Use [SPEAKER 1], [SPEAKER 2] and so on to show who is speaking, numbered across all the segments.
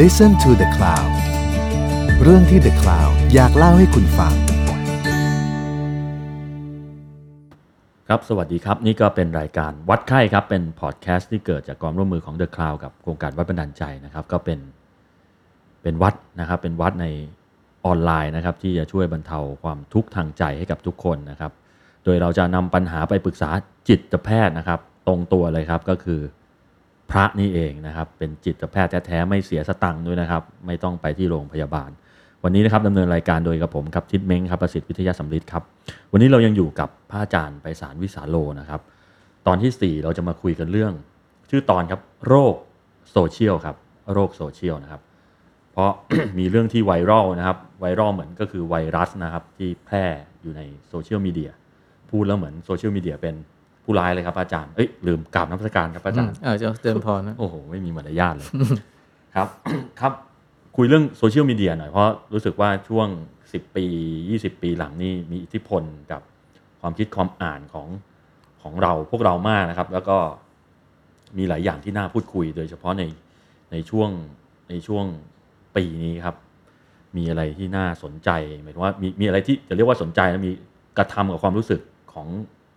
[SPEAKER 1] Listen to the Cloud เรื่องที่ The Cloud อยากเล่าให้คุณฟัง
[SPEAKER 2] ครับสวัสดีครับ นี่ก็เป็นรายการวัดไข้ครับ เป็นพอดแคสต์ที่เกิดจากความร่วมมือของ The Cloud กับโครงการวัดบันดาลใจนะครับ ก็เป็นเป็นวัดนะครับ เป็นวัดในออนไลน์นะครับ ที่จะช่วยบรรเทาความทุกข์ทางใจให้กับทุกคนนะครับ โดยเราจะนำปัญหาไปปรึกษาจิตแพทย์นะครับ ตรงตัวเลยครับก็คือพระนี่เองนะครับ เป็นจิตแพทย์แท้ๆไม่เสียสตังค์ด้วยนะครับ ไม่ต้องไปที่โรงพยาบาล วันนี้นะครับดำเนินรายการโดยกับผมครับทิดเม้งครับประสิทธิ์วิทยาสำลิดครับ วันนี้เรายังอยู่กับพระอาจารย์ไปสารวิสาโลนะครับ ตอนทีสี่ 4 เราจะมาคุยกันเรื่อง ชื่อตอนครับโรคโซเชียลครับโรคโซเชียลนะครับ เพราะ มีเรื่องที่ไวรัลนะครับ ไวรัลเหมือนก็คือไวรัสนะครับ ที่แพร่อยู่ในโซเชียลมีเดียพูดแล้วเหมือนโซเชียลมีเดียเป็นผู้ร้ายเลยครับอาจารย์เอ้ยลืมกราบน้ำสการครับอาจารย์
[SPEAKER 3] เออจะเจริญพรนะ
[SPEAKER 2] โอ้โห ไม่มีมารยาทเลย ครับ ครับคุยเรื่องโซเชียลมีเดียหน่อย เพราะรู้สึกว่าช่วง 10 ปี 20 ปีหลังนี่มีอิทธิพลกับความคิดความอ่านของของเราพวกเรามากนะครับ แล้วก็มีหลายอย่างที่น่าพูดคุย โดยเฉพาะในในช่วงในช่วงปีนี้ครับ มีอะไรที่น่าสนใจหมายถึงว่ามีมีอะไรที่จะเรียกว่าสนใจนะมีกระทำกับความรู้สึกของ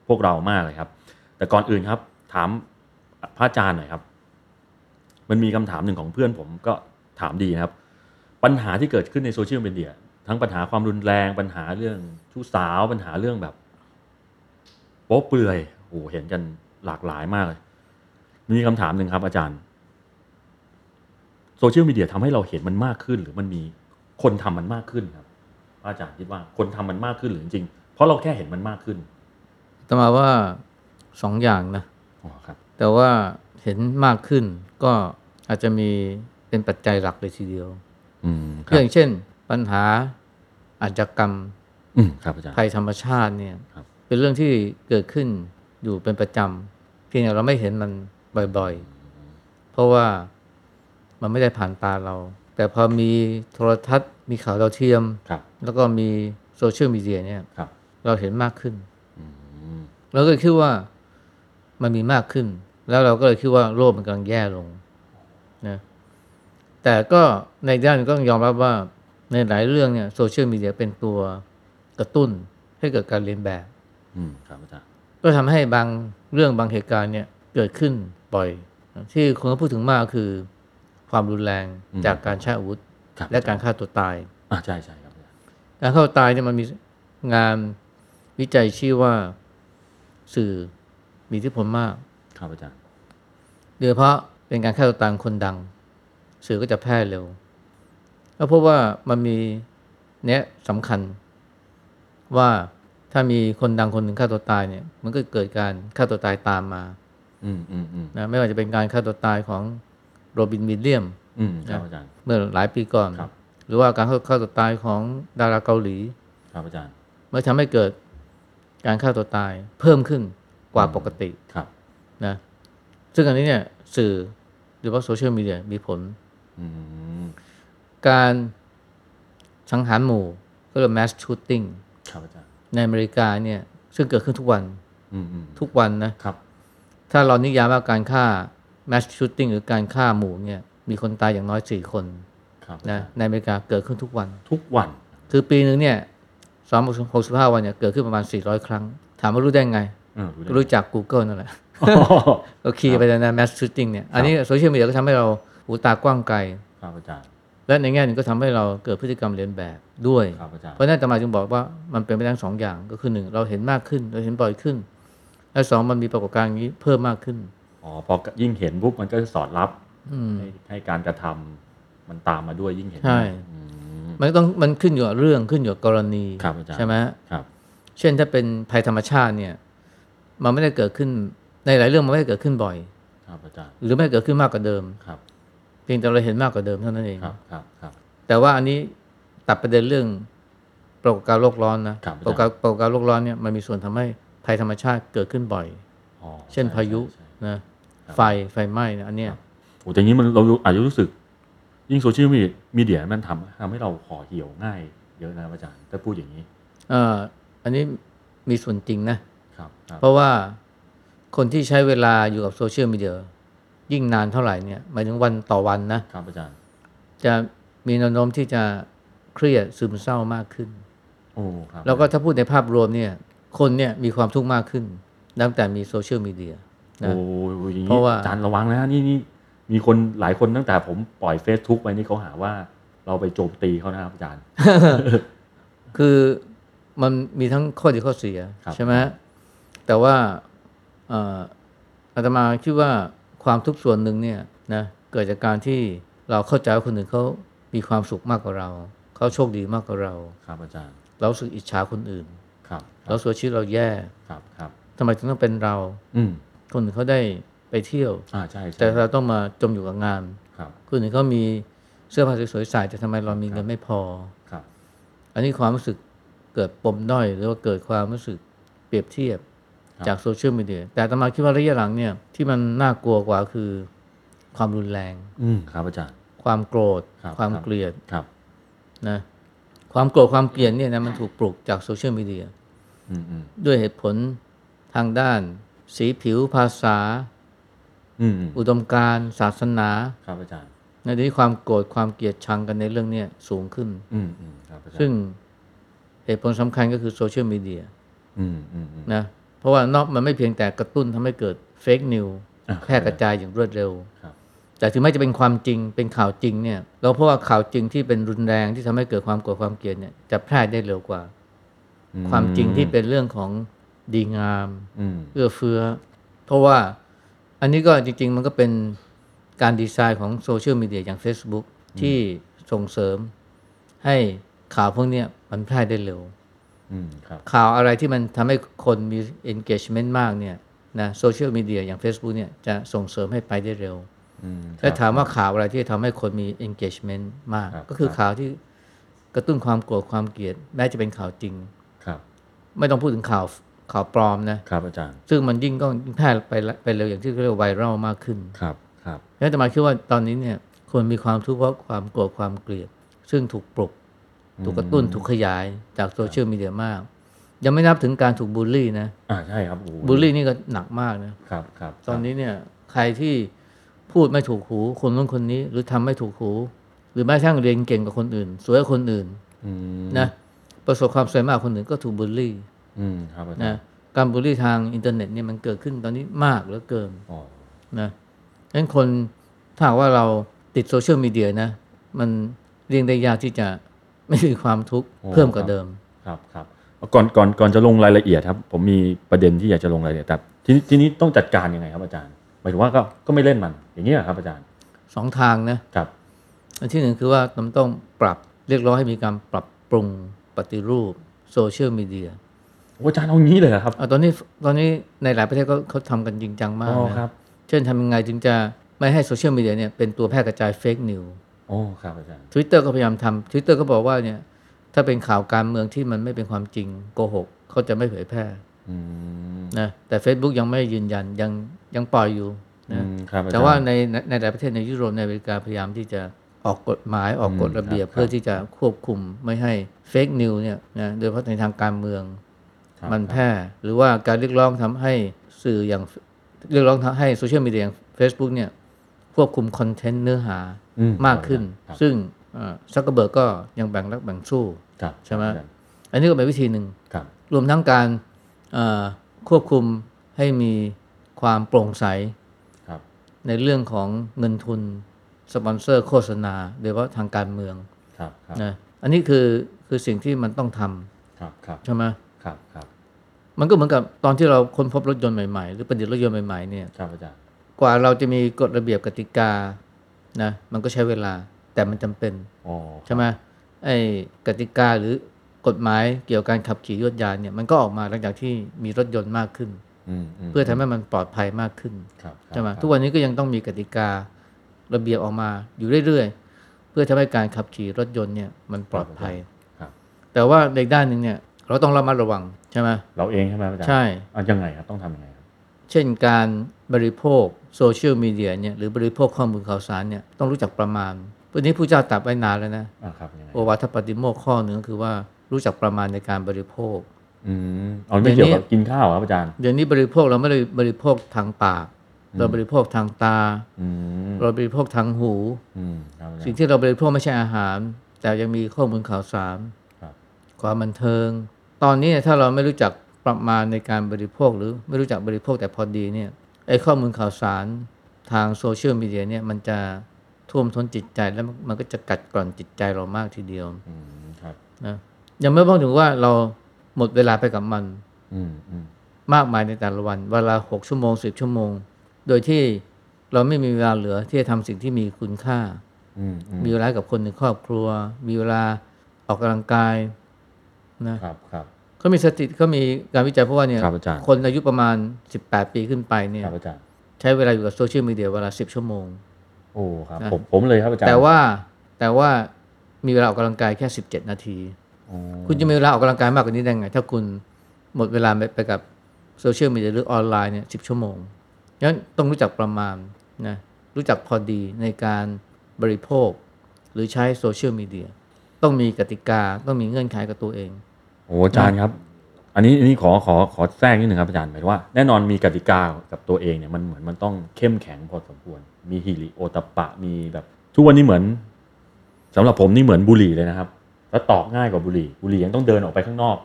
[SPEAKER 2] พวกเรามากเลยครับ แต่ก่อนอื่นครับ ถามพระอาจารย์หน่อยครับ มันมีคำถามหนึ่งของเพื่อนผมก็ถามดีนะครับ ปัญหาที่เกิดขึ้นในโซเชียลมีเดียทั้งปัญหาความรุนแรงปัญหาเรื่องชู้สาวปัญหาเรื่องแบบโป๊เปลือยโอ้โหเห็นกันหลากหลายมากเลย มีคำถามหนึ่งครับ อาจารย์โซเชียลมีเดียทำให้เราเห็นมันมากขึ้น หรือมันมีคนทำมันมากขึ้นครับพระอาจารย์คิดว่าคนทำมันมากขึ้นหรือจริงๆเพราะเราแค่เห็นมันมากขึ้น
[SPEAKER 3] แตมาว่าสองอย่างนะ
[SPEAKER 2] อ๋อครับ
[SPEAKER 3] แต่ว่าเห็นมากขึ้นก็อาจจะมีเป็นปัจจัยหลักเลยทีเดียว
[SPEAKER 2] อืมครั
[SPEAKER 3] อบ ย่างเช่น ปัญหาอาชญากรรม
[SPEAKER 2] อืมครับอาจารย์
[SPEAKER 3] ภัยธรรมชาติเนี่ย
[SPEAKER 2] ครับ
[SPEAKER 3] เป็นเรื่องที่เกิดขึ้นอยู่เป็นประจำเพียงแต่เราไม่เห็นมันบ่อยๆ เพราะว่ามันไม่ได้ผ่านตาเรา แต่พอมีโทรทัศน์ มีข่าวดาวเทียม
[SPEAKER 2] ครับ
[SPEAKER 3] แล้วก็มีโซเชียลมีเดียเนี่ย
[SPEAKER 2] ครับ
[SPEAKER 3] เราเห็นมากขึ้น
[SPEAKER 2] อืม
[SPEAKER 3] เราก็เลยคิดว่ามันมีมากขึ้น แล้วเราก็เลยคิดว่าโลกมันกำลังแย่ลงนะแต่ก็ในด้านหนึ่งก็ต้องยอมรับว่าในหลายเรื่องเนี่ยโซเชียลมีเดียเป็นตัวกระตุ้นให้เกิดการเรียนแบบ
[SPEAKER 2] อืมครับอาจารย์
[SPEAKER 3] ก็ทำให้บางเรื่องบางเหตุการณ์เนี่ยเกิดขึ้นบ่อย ที่คนก็พูดถึงมากคือความรุนแรงจากการใช้อาวุธ
[SPEAKER 2] คบ
[SPEAKER 3] และการฆ่าตัวตาย
[SPEAKER 2] อ่าใช่ใช่ครับอาจารย์
[SPEAKER 3] การเข้าตายเนี่ยมันมีงานวิจัยชื่อว่าสื่อมีอิทธิพลมาก
[SPEAKER 2] ครับอาจารย์
[SPEAKER 3] โดยเฉพาะเป็นการฆ่าตัวตายของคนดัง สื่อก็จะแพร่เร็วแล้วพบว่ามันมีเนี้ยสำคัญ ว่าถ้ามีคนดังคนหนึ่งฆ่าตัวตายเนี่ย มันก็เกิดการฆ่าตัวตายตามมา
[SPEAKER 2] อืมอืมอืม
[SPEAKER 3] นะไม่ว่าจะเป็นการฆ่าตัวตายของโรบินวิลเลียม
[SPEAKER 2] อืมครับอาจารย์
[SPEAKER 3] เมื่อหลายปีก่อน
[SPEAKER 2] ครับ
[SPEAKER 3] หรือว่าการฆ่าตัวตายของดาราเกาหลี
[SPEAKER 2] ครับอาจารย์
[SPEAKER 3] มันทำให้เกิดการฆ่าตัวตายเพิ่มขึ้นกว่าปกติ
[SPEAKER 2] ครับ
[SPEAKER 3] นะซึ่งอันนี้เนี่ยสื่อหรือว่าโซเชียลมีเดียมีผล
[SPEAKER 2] อืม
[SPEAKER 3] การสังหารหมู่ก็เรียก mass shooting
[SPEAKER 2] ครับอาจารย์
[SPEAKER 3] ในอเมริกาเนี่ยซึ่งเกิดขึ้นทุกวัน
[SPEAKER 2] อืมอืม
[SPEAKER 3] ทุกวันนะครับ ถ้าเรานิยามว่าการฆ่า mass shooting หรือการฆ่าหมู่เนี่ยมีคนตายอย่างน้อย 4 คน
[SPEAKER 2] ครับ
[SPEAKER 3] นะในอเมริกาเกิดขึ้นทุกวัน
[SPEAKER 2] ทุกวัน
[SPEAKER 3] คือปีหนึ่งเนี่ย365 วันเนี่ยเกิดขึ้นประมาณ 400 ครั้ง ถามว่ารู้ได้ไง
[SPEAKER 2] เออรู้ได้
[SPEAKER 3] รู้จัก Google นั่นแหละ
[SPEAKER 2] อ๋อ
[SPEAKER 3] โอเคไปแล้วนะ mass shooting เนี่ย อันนี้โซเชียลมีเดียก็ทำให้เราหูตากว้างไกล
[SPEAKER 2] ครับอาจารย์
[SPEAKER 3] และในแง่หนึงก็ทำให้เราเกิดพฤติกรรมเลียนแบบด้วย
[SPEAKER 2] ครับอาจารย์
[SPEAKER 3] เพราะฉะนั่นอาตมาจึงบอกว่ามันเป็นไปทั้งสองอย่างก็คือหนึ่งเราเห็นมากขึ้น เราเห็นบ่อยขึ้น และสองมันมีปรากฏการณ์อย่างนี้เพิ่มมากขึ้น
[SPEAKER 2] อ๋อ พอยิ่งเห็นปุ๊บมันก็จะสอดรับ
[SPEAKER 3] อืม
[SPEAKER 2] ให้ให้การกระทำมันตามมาด้วยยิ่งเห็น
[SPEAKER 3] ใช่
[SPEAKER 2] อืม
[SPEAKER 3] มันต้องมันขึ้นอยู่กับเรื่องขึ้นอยู่กับกรณี
[SPEAKER 2] ครับอาจารย์
[SPEAKER 3] ใช่ไหม
[SPEAKER 2] ครับ
[SPEAKER 3] เช่นถ้าเป็นภัยธรรมชาติเนี่ยมันไม่ได้เกิดขึ้นในหลายเรื่องมันไม่ได้เกิดขึ้นบ่อย
[SPEAKER 2] ครับอาจารย์
[SPEAKER 3] หรือไม่เกิดขึ้นมากกว่าเดิม
[SPEAKER 2] ครับ
[SPEAKER 3] เพียงแต่เราเห็นมากกว่าเดิมเท่านั้นเอง
[SPEAKER 2] ครับครับครับ
[SPEAKER 3] แต่ว่าอันนี้ตัดประเด็นเรื่องปรากฏการณ์โลกร้อนนะครับ
[SPEAKER 2] อา
[SPEAKER 3] ปรากฏ
[SPEAKER 2] จา
[SPEAKER 3] การ ร
[SPEAKER 2] ย์
[SPEAKER 3] ณ์ปรากฏการณ์โลกร้อนเนี่ยมันมีส่วนทำให้ภัยธรรมชาติเกิดขึ้นบ่อย
[SPEAKER 2] อ๋อ
[SPEAKER 3] เช่น
[SPEAKER 2] ใ
[SPEAKER 3] พายุ
[SPEAKER 2] ใช่ใช่
[SPEAKER 3] นะ
[SPEAKER 2] ครับ
[SPEAKER 3] ไฟไฟไหม้นะอันเนี้ย
[SPEAKER 2] โอ้แต่นี้มันเราอาจจะรู้สึก ยิ่งโซเชียลมีเดียมันทำทำให้เราห่อเหี่ยวง่าย เยอะนะครับอาจารย์ ถ้าพูดอย่างนี้
[SPEAKER 3] เอออันนี้มีส่วนจริงนะ
[SPEAKER 2] ครับ ครับ
[SPEAKER 3] เพราะว่าคนที่ใช้เวลาอยู่กับโซเชียลมีเดียยิ่งนานเท่าไหร่เนี่ยหมายถึงวันต่อวันนะครับ
[SPEAKER 2] อาจารย์
[SPEAKER 3] จะมีแนวโน้มที่จะเครียดซึมเศร้ามากขึ้น
[SPEAKER 2] โอ้ครับ
[SPEAKER 3] แล้วก็ถ้าพูดในภาพรวมเนี่ยคนเนี่ยมีความทุกข์มากขึ้นตั้งแต่มีโซเชียลมีเดียนะ
[SPEAKER 2] โอ้ยอย่าง
[SPEAKER 3] เพ
[SPEAKER 2] นี้
[SPEAKER 3] ราะว่า
[SPEAKER 2] อาจารย์ระวังนะนี่นี่มีคนหลายคนตั้งแต่ผมปล่อย Facebook ไปนี่เขาหาว่าเราไปโจมตีเขานะครับอาจารย์
[SPEAKER 3] คือมันมีทั้งข้อดีข้อเสีย
[SPEAKER 2] ครับ
[SPEAKER 3] ใช่ไหมแต่ว่าเอ่ออาตมาคิดว่าความทุกข์ส่วนหนึ่งเนี่ยนะเกิดจากการที่เราเข้าใจว่าคนอื่นเขามีความสุขมากกว่าเรา เขาโชคดีมากกว่าเรา
[SPEAKER 2] ครับอาจารย์
[SPEAKER 3] เรารู้สึกอิจฉาคนอื่น
[SPEAKER 2] ครับค
[SPEAKER 3] เรา
[SPEAKER 2] รับ
[SPEAKER 3] สวยชีวิตเราแย่
[SPEAKER 2] ครับครับ
[SPEAKER 3] ทำไมถึงต้องเป็นเรา
[SPEAKER 2] อืม
[SPEAKER 3] คนอื่นเขาได้ไปเที่ยว
[SPEAKER 2] อ่าใช่ใช่
[SPEAKER 3] แต่เราต้องมาจมอยู่กับงาน
[SPEAKER 2] ครับ
[SPEAKER 3] คนอื่นเขามีเสื้อผ้าสวยๆใส่แต่ทำไมเรามีเงินไม่พอ
[SPEAKER 2] ครับ
[SPEAKER 3] อันนี้ความรู้สึกเกิดปมด้อยหรือว่าเกิดความรู้สึกเปรียบเทียบ
[SPEAKER 2] ครับ
[SPEAKER 3] จากโซเชียลมีเดียแต่อาตมาคิดว่าระยะหลังเนี่ยที่มันน่ากลัวกว่าคือความรุนแรง
[SPEAKER 2] อืมครับอาจารย์
[SPEAKER 3] ความโกรธ
[SPEAKER 2] ครับ
[SPEAKER 3] ความ
[SPEAKER 2] ครับ
[SPEAKER 3] เกลียด
[SPEAKER 2] ครับ
[SPEAKER 3] นะความโกรธความเกลียดเนี่ยนะมันถูกปลุกจากโซเชียลมีเดีย
[SPEAKER 2] อืมอืม
[SPEAKER 3] ด้วยเหตุผลทางด้าน สีผิวภาษา
[SPEAKER 2] อืมอืม
[SPEAKER 3] อุดมการณ์ศาสนา
[SPEAKER 2] ครับอาจารย์
[SPEAKER 3] ในที่ความโกรธความเกลียดชังกันในเรื่องเนี้สูงขึ้น
[SPEAKER 2] อืมอืมครับอาจารย์
[SPEAKER 3] ซึ่งเหตุผลสำคัญก็คือโซเชียลมีเดีย
[SPEAKER 2] อืมอืมอืม
[SPEAKER 3] นะเพราะว่านอกมันไม่เพียงแต่กระตุ้นทำให้เกิดเฟกนิว
[SPEAKER 2] อ่ะ
[SPEAKER 3] แพร่กระจายอย่างรวดเร็ว
[SPEAKER 2] ครับ
[SPEAKER 3] แต่ถึงแม้จะเป็นความจริงเป็นข่าวจริงเนี่ยเราเพราะว่าข่าวจริงที่เป็นรุนแรงที่ทำให้เกิดความโกรธความเกลียดเนี่ยจะแพร่ได้เร็วกว่า
[SPEAKER 2] อื
[SPEAKER 3] ความจริงที่เป็นเรื่องของดีงาม
[SPEAKER 2] อืม
[SPEAKER 3] เอื้อเฟื้อ เพราะว่าอันนี้ก็จริง ๆ มันก็เป็นการดีไซน์ของโซเชียลมีเดียอย่าง Facebook ที่ส่งเสริมให้ข่าวพวกเนี้ยมันแพร่ได้เร็ว
[SPEAKER 2] อืมครับ
[SPEAKER 3] ข่าวอะไรที่มันทำให้คนมี engagement มากเนี่ยนะโซเชียลมีเดียอย่าง Facebook เนี่ยจะส่งเสริมให้ไปได้เร็ว
[SPEAKER 2] อืมค
[SPEAKER 3] และ
[SPEAKER 2] รับ
[SPEAKER 3] ถามว่าข่าวอะไรที่ทำให้คนมี engagement มาก
[SPEAKER 2] ครับ
[SPEAKER 3] ก็คือข่าวที่กระตุ้นความโกรธความเกลียดแม้จะเป็นข่าวจริง
[SPEAKER 2] ครับ
[SPEAKER 3] ไม่ต้องพูดถึงข่าวข่าวปลอมนะครับ
[SPEAKER 2] อาจารย์
[SPEAKER 3] ซึ่งมันยิ่งก็แพร่ไปละไปเร็วอย่างที่เรียกว่าไวรัลมากขึ้น
[SPEAKER 2] ครับครับ
[SPEAKER 3] แล้วแต่มาคิดว่าตอนนี้เนี่ยคนมีความทุกข์เพราะความโกรธความเกลียด ซึ่งถูกปลุก ถูกกระตุ้นถูกขยายจากโซเชียลมีเดียมาก ยังไม่นับถึงการถูกบูลลี่นะ
[SPEAKER 2] อ่าใช่ครับโอ้โห
[SPEAKER 3] บูลลี่นี่ก็หนักมากนะ
[SPEAKER 2] ครับครับ
[SPEAKER 3] ตอนนี้เนี่ยใครที่พูดไม่ถูกหูคนนู้นคนนี้ หรือทำไม่ถูกหู หรือแม้กระทั่งเรียนเก่งกว่าคนอื่น สวยกว่าคนอื่น
[SPEAKER 2] อืม
[SPEAKER 3] นะประสบความสวยมากกว่าคนอื่นก็ถูกบูลลี่
[SPEAKER 2] อืมครับอาจาร
[SPEAKER 3] นะ
[SPEAKER 2] ย์
[SPEAKER 3] การบูลลี่ทางอินเทอร์เน็ตเนี่ยมันเกิดขึ้นตอนนี้มากเหลือเกิน
[SPEAKER 2] อ๋อ
[SPEAKER 3] นะฉะนั้นคนถ้าหากว่าเราติดโซเชียลมีเดียนะ มันเรียงได้ยากที่จะไม่มีความทุกข์เพิ่มกว่าเดิม
[SPEAKER 2] ครับครับก่อนก่อนก่อนจะลงรายละเอียดครับ ผมมีประเด็นที่อยากจะลงรายละเอียดแต่ทีนี้ทีนี้ต้องจัดการยังไงครับอาจารย์ หมายถึงว่าก็ก็ไม่เล่นมัน อย่างนี้ยครับอาจารย์
[SPEAKER 3] สองทางนะ
[SPEAKER 2] ครับ
[SPEAKER 3] อันที่หนึ่งคือว่ามันต้องปรับเรียกร้องให้มีการปรับปรุงปฏิรูปโซเชียลมีเดีย
[SPEAKER 2] โอ้อาจารย์เอางี้เลยเหรอครับ
[SPEAKER 3] เอาตอนนี้ตอนนี้ในหลายประเทศก็เขาทำกันจริงจังมาก
[SPEAKER 2] อ๋อ
[SPEAKER 3] นะครับ เช่นทำยังไงถึงจะไม่ให้โซเชียลมีเดียเนี่ยเป็นตัวแพร่กระจายเฟกนิว
[SPEAKER 2] อ๋อครับอาจารย์
[SPEAKER 3] ทวิตเตอร์ก็พยายามทำทวิตเตอร์ก็บอกว่าเนี่ยถ้าเป็นข่าวการเมืองที่มันไม่เป็นความจริงโกหกเขาจะไม่เผยแพร่
[SPEAKER 2] อืม
[SPEAKER 3] นะแต่ Facebook ยังไม่ยืนยันยังยังปล่อยอยู่
[SPEAKER 2] อื
[SPEAKER 3] นะ
[SPEAKER 2] มครับอจรย์
[SPEAKER 3] แต่ว่าในในในหลายประเทศในยุโรปในอเมริกาพยายามที่จะออกกฎหมายออกกฎระเบียบ
[SPEAKER 2] ครับ
[SPEAKER 3] เพื่อที่จะควบคุมไม่ให้เฟกนิวเนี่ยนะโดยเฉพาะในทางการเมือง
[SPEAKER 2] ครับ
[SPEAKER 3] มันแพร่ หรือว่าการเรียกร้องทำให้สื่ออย่างเรียกร้องทำให้โซเชียลมีเดียอย่าง Facebook เนี่ยควบคุมคอนเทนต์เนื้อหา
[SPEAKER 2] อื
[SPEAKER 3] มากขึ้น
[SPEAKER 2] ครับ
[SPEAKER 3] ซึ่งซักเกอร์เบิร์ก็ยังแบ่งรักแบ่งสู้
[SPEAKER 2] ครับ
[SPEAKER 3] ใช่ไหม
[SPEAKER 2] อาจารย์
[SPEAKER 3] อันนี้ก็เป็นวิธีหนึ่ง
[SPEAKER 2] ครับ
[SPEAKER 3] รวมทั้งการเอ่อควบคุมให้มีความโปร่งใส
[SPEAKER 2] ครับ
[SPEAKER 3] ในเรื่องของเงินทุน สปอนเซอร์โฆษณาโดยเฉพาะทางการเมือง
[SPEAKER 2] ครับครับ
[SPEAKER 3] นะอันนี้คือคือสิ่งที่มันต้องท
[SPEAKER 2] ครับครับ
[SPEAKER 3] ำใช่ไหม
[SPEAKER 2] ครับครับ
[SPEAKER 3] มันก็เหมือนกับตอนที่เราค้นพบรถยนต์ใหม่ๆ หรือประดิษฐ์รถยนต์ใหม่ๆเนี่ย
[SPEAKER 2] ครับอาจารย์
[SPEAKER 3] กว่าเราจะมีกฎระเบียบกติกานะมันก็ใช้เวลาแต่มันจำเป็น
[SPEAKER 2] อ๋อ
[SPEAKER 3] ใช่ไหมไอ้กติกาหรือกฎหมายเกี่ยวกับการขับขี่ยวดยานเนี่ยมันก็ออกมาหลังจากที่มีรถยนต์มากขึ้น
[SPEAKER 2] อืมม
[SPEAKER 3] เพื่อทำให้มันปลอดภัยมากขึ้น
[SPEAKER 2] ครับครับ
[SPEAKER 3] ใช่ไหม
[SPEAKER 2] ครับ
[SPEAKER 3] ทุกวันนี้ก็ยังต้องมีกติการะเบียบออกมาอยู่เรื่อยๆ เพื่อทำให้การขับขี่รถยนต์เนี่ยมันปลอดภัย
[SPEAKER 2] ครับ
[SPEAKER 3] แต่ว่าในด้านหนึ่งเนี่ยเราต้องระมัดระวังใช่ไหม
[SPEAKER 2] เราเองใช่ไหมอาจารย์
[SPEAKER 3] ใช่
[SPEAKER 2] อ่ะยังไงครับต้องทำยังไงครับ
[SPEAKER 3] เช่นการบริโภคโซเชียลมีเดียเนี่ยหรือบริโภคข้อมูลข่าวสารเนี่ยต้องรู้จักประมาณวันนี้ผู้เจ้าตรัดไว้นานแล้วนะ
[SPEAKER 2] อ่ะครับยังไง
[SPEAKER 3] โอวาทปฏิโมกข์ข้อหนึ่งก็คือว่ารู้จักประมาณในการบริโภค
[SPEAKER 2] อืมเอาไม่
[SPEAKER 3] เดี๋
[SPEAKER 2] เกี่
[SPEAKER 3] ย
[SPEAKER 2] ยว ว
[SPEAKER 3] นี้
[SPEAKER 2] กับกินข้าวเหรอครับอาจารย์
[SPEAKER 3] เดี๋ยวนี้บริโภคเราไม่ได้บริโภคทางปาก เราบริโภคทางตา
[SPEAKER 2] อืม
[SPEAKER 3] เราบริโภคทางหู
[SPEAKER 2] อืมเอาละ
[SPEAKER 3] สิ่งที่เราบริโภคไม่ใช่อาหาร แต่ยังมีข้อมูลข่าวสาร
[SPEAKER 2] ครับ
[SPEAKER 3] ความบันเทิง ตอนนี้เนี่ยถ้าเราไม่รู้จักประมาณในการบริโภคหรือไม่รู้จักบริโภคแต่พอดีเนี่ยไอ้ข้อมูลข่าวสารทางโซเชียลมีเดียเนี่ยมันจะท่วมท้นจิตใจแล้วมันมันก็จะกัดกร่อนจิตใจเรามากทีเดียว
[SPEAKER 2] อืมครับ
[SPEAKER 3] นะยังไม่พ้องถึงว่าเราหมดเวลาไปกับมัน
[SPEAKER 2] อืมอืม
[SPEAKER 3] มากมายในแต่ละวันเวนลาหกชั่วโมงสิบชั่วโมง โดยที่เราไม่มีเวลาเหลือที่จะทำสิ่งที่มีคุณค่า
[SPEAKER 2] อืมอืม
[SPEAKER 3] มีเวลากับคนในครอบครัว มีเวลาออกกำลังกายนะครับ
[SPEAKER 2] ครับ
[SPEAKER 3] เขามีสถิติเขามีการวิจัยเพราะว่าเนี่ย
[SPEAKER 2] ครับอาจารย์
[SPEAKER 3] คนอายุประมาณ 18 ปีขึ้นไปเนี่
[SPEAKER 2] ค
[SPEAKER 3] ย
[SPEAKER 2] รับอาจารย์
[SPEAKER 3] ใช้เวลาอยู่กับโซเชียลมีเดียเวลา 10 ชั่วโมง
[SPEAKER 2] โอ้ครับ
[SPEAKER 3] นะ
[SPEAKER 2] ผมผมเลยครับอาจารย์
[SPEAKER 3] แต่ว่าแต่ว่ามีเวลาออกกำลังกายแค่ 17 นาที
[SPEAKER 2] อ๋อ
[SPEAKER 3] คุณจะมีเวลาออกกำลังกายมากกว่านี้ได้ไง ถ้าคุณหมดเวลาไปไปกับโซเชียลมีเดียหรือออนไลน์เนี่ยสิชั่วโมงงั้นต้องรู้จักประมาณนะรู้จักพอดีในการบริโภค หรือใช้โซเชียลมีเดียต้องมีกติกาต้องมีเงื่อนไขกับตัวเอง
[SPEAKER 2] โอ้อาจารย์ครับ อันนี้อันนี้ขอขอขอแทรกนิดหนึ่งครับอาจารย์หมายถึงว่าแน่นอนมีกติกากับตัวเองเนี่ยมันเหมือนมันต้องเข้มแข็งพอสมควร มีฮิริโอตปปะมีแบบ ทุกวันนี้เหมือนสำหรับผมนี่เหมือนบุหรี่เลยนะครับ แล้วตอกง่ายกว่าบุหรี่ บุหรี่ยังต้องเดินออกไปข้างนอก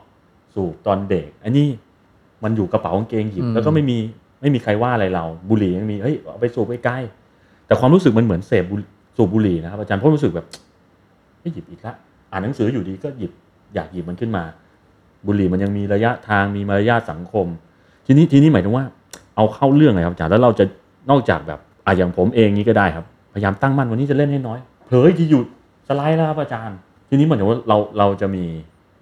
[SPEAKER 2] สูบตอนเด็ก อันนี้มันอยู่กระเป๋ากางเกงหยิบ
[SPEAKER 3] อืม
[SPEAKER 2] แล้วก็ไม่มีไม่มีใครว่าอะไรเรา บุหรี่ยังมีเฮ้ยเอาไปสูบใกล้ๆแต่ความรู้สึกมันเหมือนเสพบุหรี่สูบบุหรี่นะครับอาจารย์เพราะรู้สึกแบบ ไม่หยิบอีกละอ่านหนังสืออยู่ดีก็หยิบอยากหยิบมันขึ้นมา บุหรี่มันยังมีระยะทางมีมารยาทสังคม ทีนี้ทีนี้หมายถึงว่า เอาเข้าเรื่องเลยครับอาจารย์แล้วเราจะนอกจากแบบอ่ะอย่างผมเองนี้ก็ได้ครับ พยายามตั้งมั่นวันนี้จะเล่นให้น้อย เผลออีกทีหยุดสไลด์แล้วครับอาจารย์ ทีนี้เหมือนกับว่าเราเราจะมี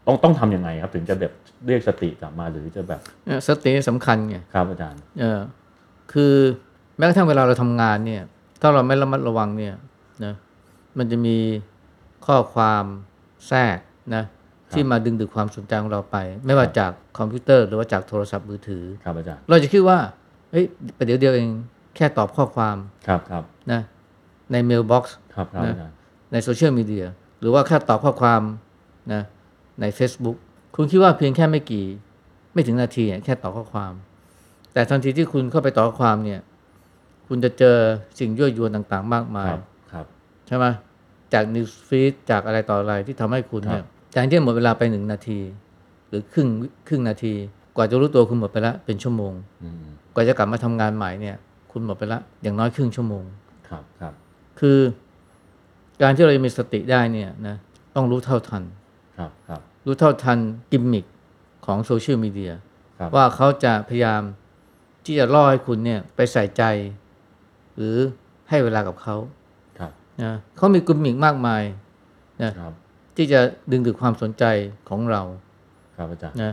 [SPEAKER 2] ต้องต้องทำยังไงครับ ถึงจะแบบเรียกสติกลับมาหรือจะแบบ
[SPEAKER 3] เนี่ยสติสำคัญไง
[SPEAKER 2] ครับอาจารย์
[SPEAKER 3] เออคือแม้กระทั่งเวลาเราทำงานเนี่ยถ้าเราไม่ระมัดระวังเนี่ยนะมันจะมีข้อความแทรกนะที่มาดึงดูดความสนใจของเราไป ไม่ว่า
[SPEAKER 2] ครับ
[SPEAKER 3] จากคอมพิวเตอร์หรือว่าจากโทรศัพท์มือถือ
[SPEAKER 2] ครับอาจารย์
[SPEAKER 3] เราจะคิดว่าเฮ้ยประเดี๋ยวเดียวเองแค่ตอบข้อความ
[SPEAKER 2] ครับครับ
[SPEAKER 3] นะในเมลบ็อกซ์
[SPEAKER 2] ครับครับอาจารย์
[SPEAKER 3] ในโซเชียลมีเดียหรือว่าแค่ตอบข้อความนะใน Facebook คุณคิดว่าเพียงแค่ไม่กี่ ไม่ถึงนาทีเนี่ยแค่ตอบข้อความ แต่ทันทีที่คุณเข้าไปตอบข้อความเนี่ยคุณจะเจอสิ่งยั่วยวนต่างๆ มากมา
[SPEAKER 2] ค
[SPEAKER 3] ย
[SPEAKER 2] รับครับ
[SPEAKER 3] ใช่ไหมจากนิวส์ฟีดจากอะไรต่ออะไรที่ทำให้คุณเนี่ยแทนที่จะหมดเวลาไปหนึ่งนาที หรือครึ่งครึ่งนาที กว่าจะรู้ตัวคุณหมดไปละเป็นชั่วโมง
[SPEAKER 2] อืม
[SPEAKER 3] กว่าจะกลับมาทำงานใหม่เนี่ย คุณหมดไปละอย่างน้อยครึ่งชั่วโมง
[SPEAKER 2] ครับครับ
[SPEAKER 3] คือการที่เราจะมีสติได้เนี่ยนะต้องรู้เท่าทัน
[SPEAKER 2] ครับครับ
[SPEAKER 3] รู้เท่าทันกิมมิคของโซเชียลมีเดีย
[SPEAKER 2] ครับ
[SPEAKER 3] ว่าเขาจะพยายามที่จะล่อให้คุณเนี่ยไปใส่ใจ หรือให้เวลากับเขา
[SPEAKER 2] ครับ
[SPEAKER 3] นะเขามีกิมมิคมากมายนะครับที่จะดึงดูดความสนใจของเรา
[SPEAKER 2] ครับอาจารย์
[SPEAKER 3] นะ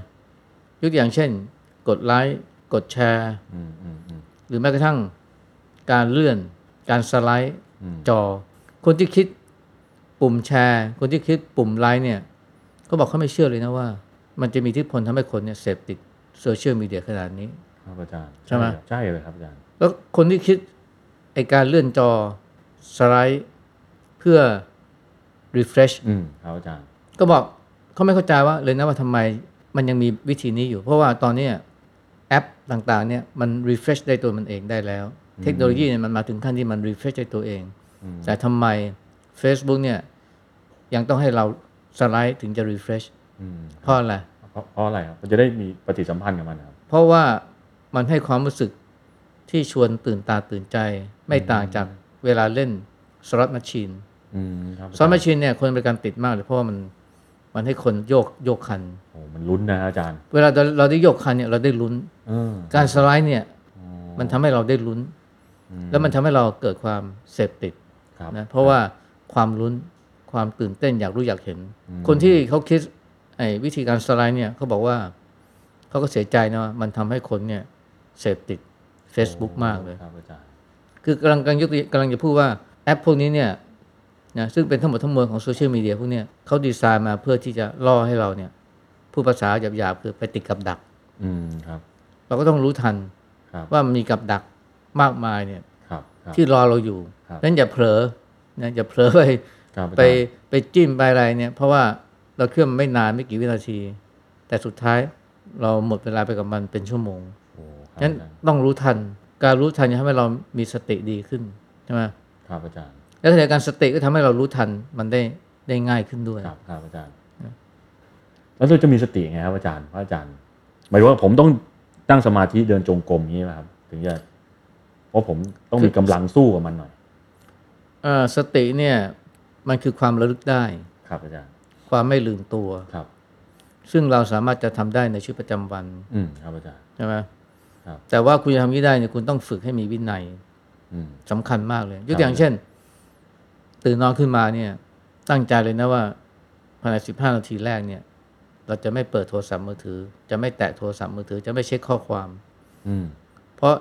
[SPEAKER 3] ยกตัวอย่างเช่น กดไลค์กดแชร์
[SPEAKER 2] อืมอืมอืม
[SPEAKER 3] หรือแม้กระทั่งการเลื่อน การสไลด์
[SPEAKER 2] อืม
[SPEAKER 3] จอ คนที่คิดปุ่มแชร์ คนที่คิดปุ่มไลค์เนี่ยเขาบอกเขาไม่เชื่อเลยนะว่า มันจะมีอิทธิพลทำให้คนเนี่ยเสพติดโซเชียลมีเดียขนาดนี้
[SPEAKER 2] ครับอาจารย์
[SPEAKER 3] ใช่ไหม
[SPEAKER 2] ใช่เลยครับอาจารย์
[SPEAKER 3] แล้วคนที่คิดไอการเลื่อนจอสไลด์เพื่อ refresh
[SPEAKER 2] อืมครับอาจารย์
[SPEAKER 3] ก็บอกเขาไม่เข้าใจว่าเลยนะว่าทำไมมันยังมีวิธีนี้อยู่ เพราะว่าตอนเนี้ยแอปต่างๆเนี่ยมัน refresh ได้ตัวมันเองได้แล้ว เทคโนโลยีเนี่ยมันมาถึงขั้นที่มัน refresh ได้ตัวเอง
[SPEAKER 2] อืม
[SPEAKER 3] แต่ทำไม Facebook เนี่ยยังต้องให้เราสไลด์ถึงจะ refresh
[SPEAKER 2] อืม
[SPEAKER 3] เพราะอะไร
[SPEAKER 2] เพราะเพราะอะไรครับมันจะได้มีปฏิสัมพันธ์กับมันนะครับ
[SPEAKER 3] เพราะว่ามันให้ความรู้สึกที่ชวนตื่นตาตื่นใจ ไม่ต่างจากเวลาเล่นสล็อตแมชชีน
[SPEAKER 2] อืมครับ
[SPEAKER 3] สล็อตแมชชีนเนี่ยคนบริการติดมากเลยเพราะว่ามันมันให้คนโยกโยกคัน
[SPEAKER 2] โอ้มันลุ้นนะอาจารย์
[SPEAKER 3] เวลาเราเราได้โยกคันเนี่ยเราได้ลุ้น
[SPEAKER 2] เออ
[SPEAKER 3] การสไลด์เนี่ย
[SPEAKER 2] อ๋อ
[SPEAKER 3] มันทำให้เราได้ลุ้น
[SPEAKER 2] อื
[SPEAKER 3] แล้วมันทำให้เราเกิดความเสพติด
[SPEAKER 2] ครับ
[SPEAKER 3] นะเพราะว่าความลุ้นความตื่นเต้นอยากรู้อยากเห็น
[SPEAKER 2] อืม
[SPEAKER 3] คนที่เขาคิดไอ้วิธีการสไลด์เนี่ยเขาบอกว่าเขาก็เสียใจนะว่ามันทำให้คนเนี่ยเสพติด Facebook มากเลย
[SPEAKER 2] ครับอาจารย์
[SPEAKER 3] คือกำลังกำลังยกตัวกำลังจะพูดว่าแอปพวกนี้เนี่ยนะซึ่งเป็นทั้งหมดทั้งมวลของโซเชียลมีเดียพวกเนี้ยเขาดีไซน์มาเพื่อที่จะล่อให้เราเนี่ยผู้ภาษาหยาบๆคือไปติดกับดัก
[SPEAKER 2] อืมครับ
[SPEAKER 3] เราก็ต้องรู้ทัน
[SPEAKER 2] ครับ
[SPEAKER 3] ว่ามีกับดักมากมายเนี่ย
[SPEAKER 2] ครับครับ
[SPEAKER 3] ที่รอเราอยู่
[SPEAKER 2] ครับ
[SPEAKER 3] นั้นอย่าเผลอนะอย่าเผลอไป
[SPEAKER 2] ครับอาจารย์
[SPEAKER 3] ไปไปจิ้มไปอะไรเนี่ย เพราะว่าเราเคลื่อนไม่นานไม่กี่วินาที แต่สุดท้ายเราหมดเวลาไปกับมันเป็นชั่วโมง
[SPEAKER 2] โอ้ครับ
[SPEAKER 3] งั้น
[SPEAKER 2] อาจารย์
[SPEAKER 3] ต้องรู้ทัน การรู้ทันจะทำให้เรามีสติดีขึ้นใช่ไหม
[SPEAKER 2] ครับอาจารย์
[SPEAKER 3] และขณะเดียวกันสติก็ทำให้เรารู้ทันมันได้ได้ง่ายขึ้นด้วย
[SPEAKER 2] ครับครับอาจารย์ แล้วเราจะมีสติไงครับอาจารย์พระอาจารย์หมายถึงว่าผมต้องตั้งสมาธิเดินจงกรมอย่างนี้ป่ะครับ ถึงจะเพราะผมต้องมีกำลังสู้กับมันหน่อย
[SPEAKER 3] เอ่อสติเนี่ยมันคือความระลึกได้
[SPEAKER 2] ครับ อาจารย์
[SPEAKER 3] ความไม่ลืมตัว
[SPEAKER 2] ครับ
[SPEAKER 3] ซึ่งเราสามารถจะทำได้ในชีวิตประจำวัน
[SPEAKER 2] อืมครับอาจารย์
[SPEAKER 3] ใช่ไหม
[SPEAKER 2] ครับ
[SPEAKER 3] แต่ว่าคุณจะทำอย่างนี้ได้เนี่ยคุณต้องฝึกให้มีวินัย
[SPEAKER 2] อืม
[SPEAKER 3] สำคัญมากเลยยก
[SPEAKER 2] ครับ
[SPEAKER 3] ตัวอย่างเช่น ตื่นนอนขึ้นมาเนี่ย ตั้งใจเลยนะว่าภายในสิบห้านาทีแรกเนี่ย เราจะไม่เปิดโทรศัพท์มือถือ จะไม่แตะโทรศัพท์มือถือ จะไม่เช็คข้อความ
[SPEAKER 2] อืม
[SPEAKER 3] เพราะ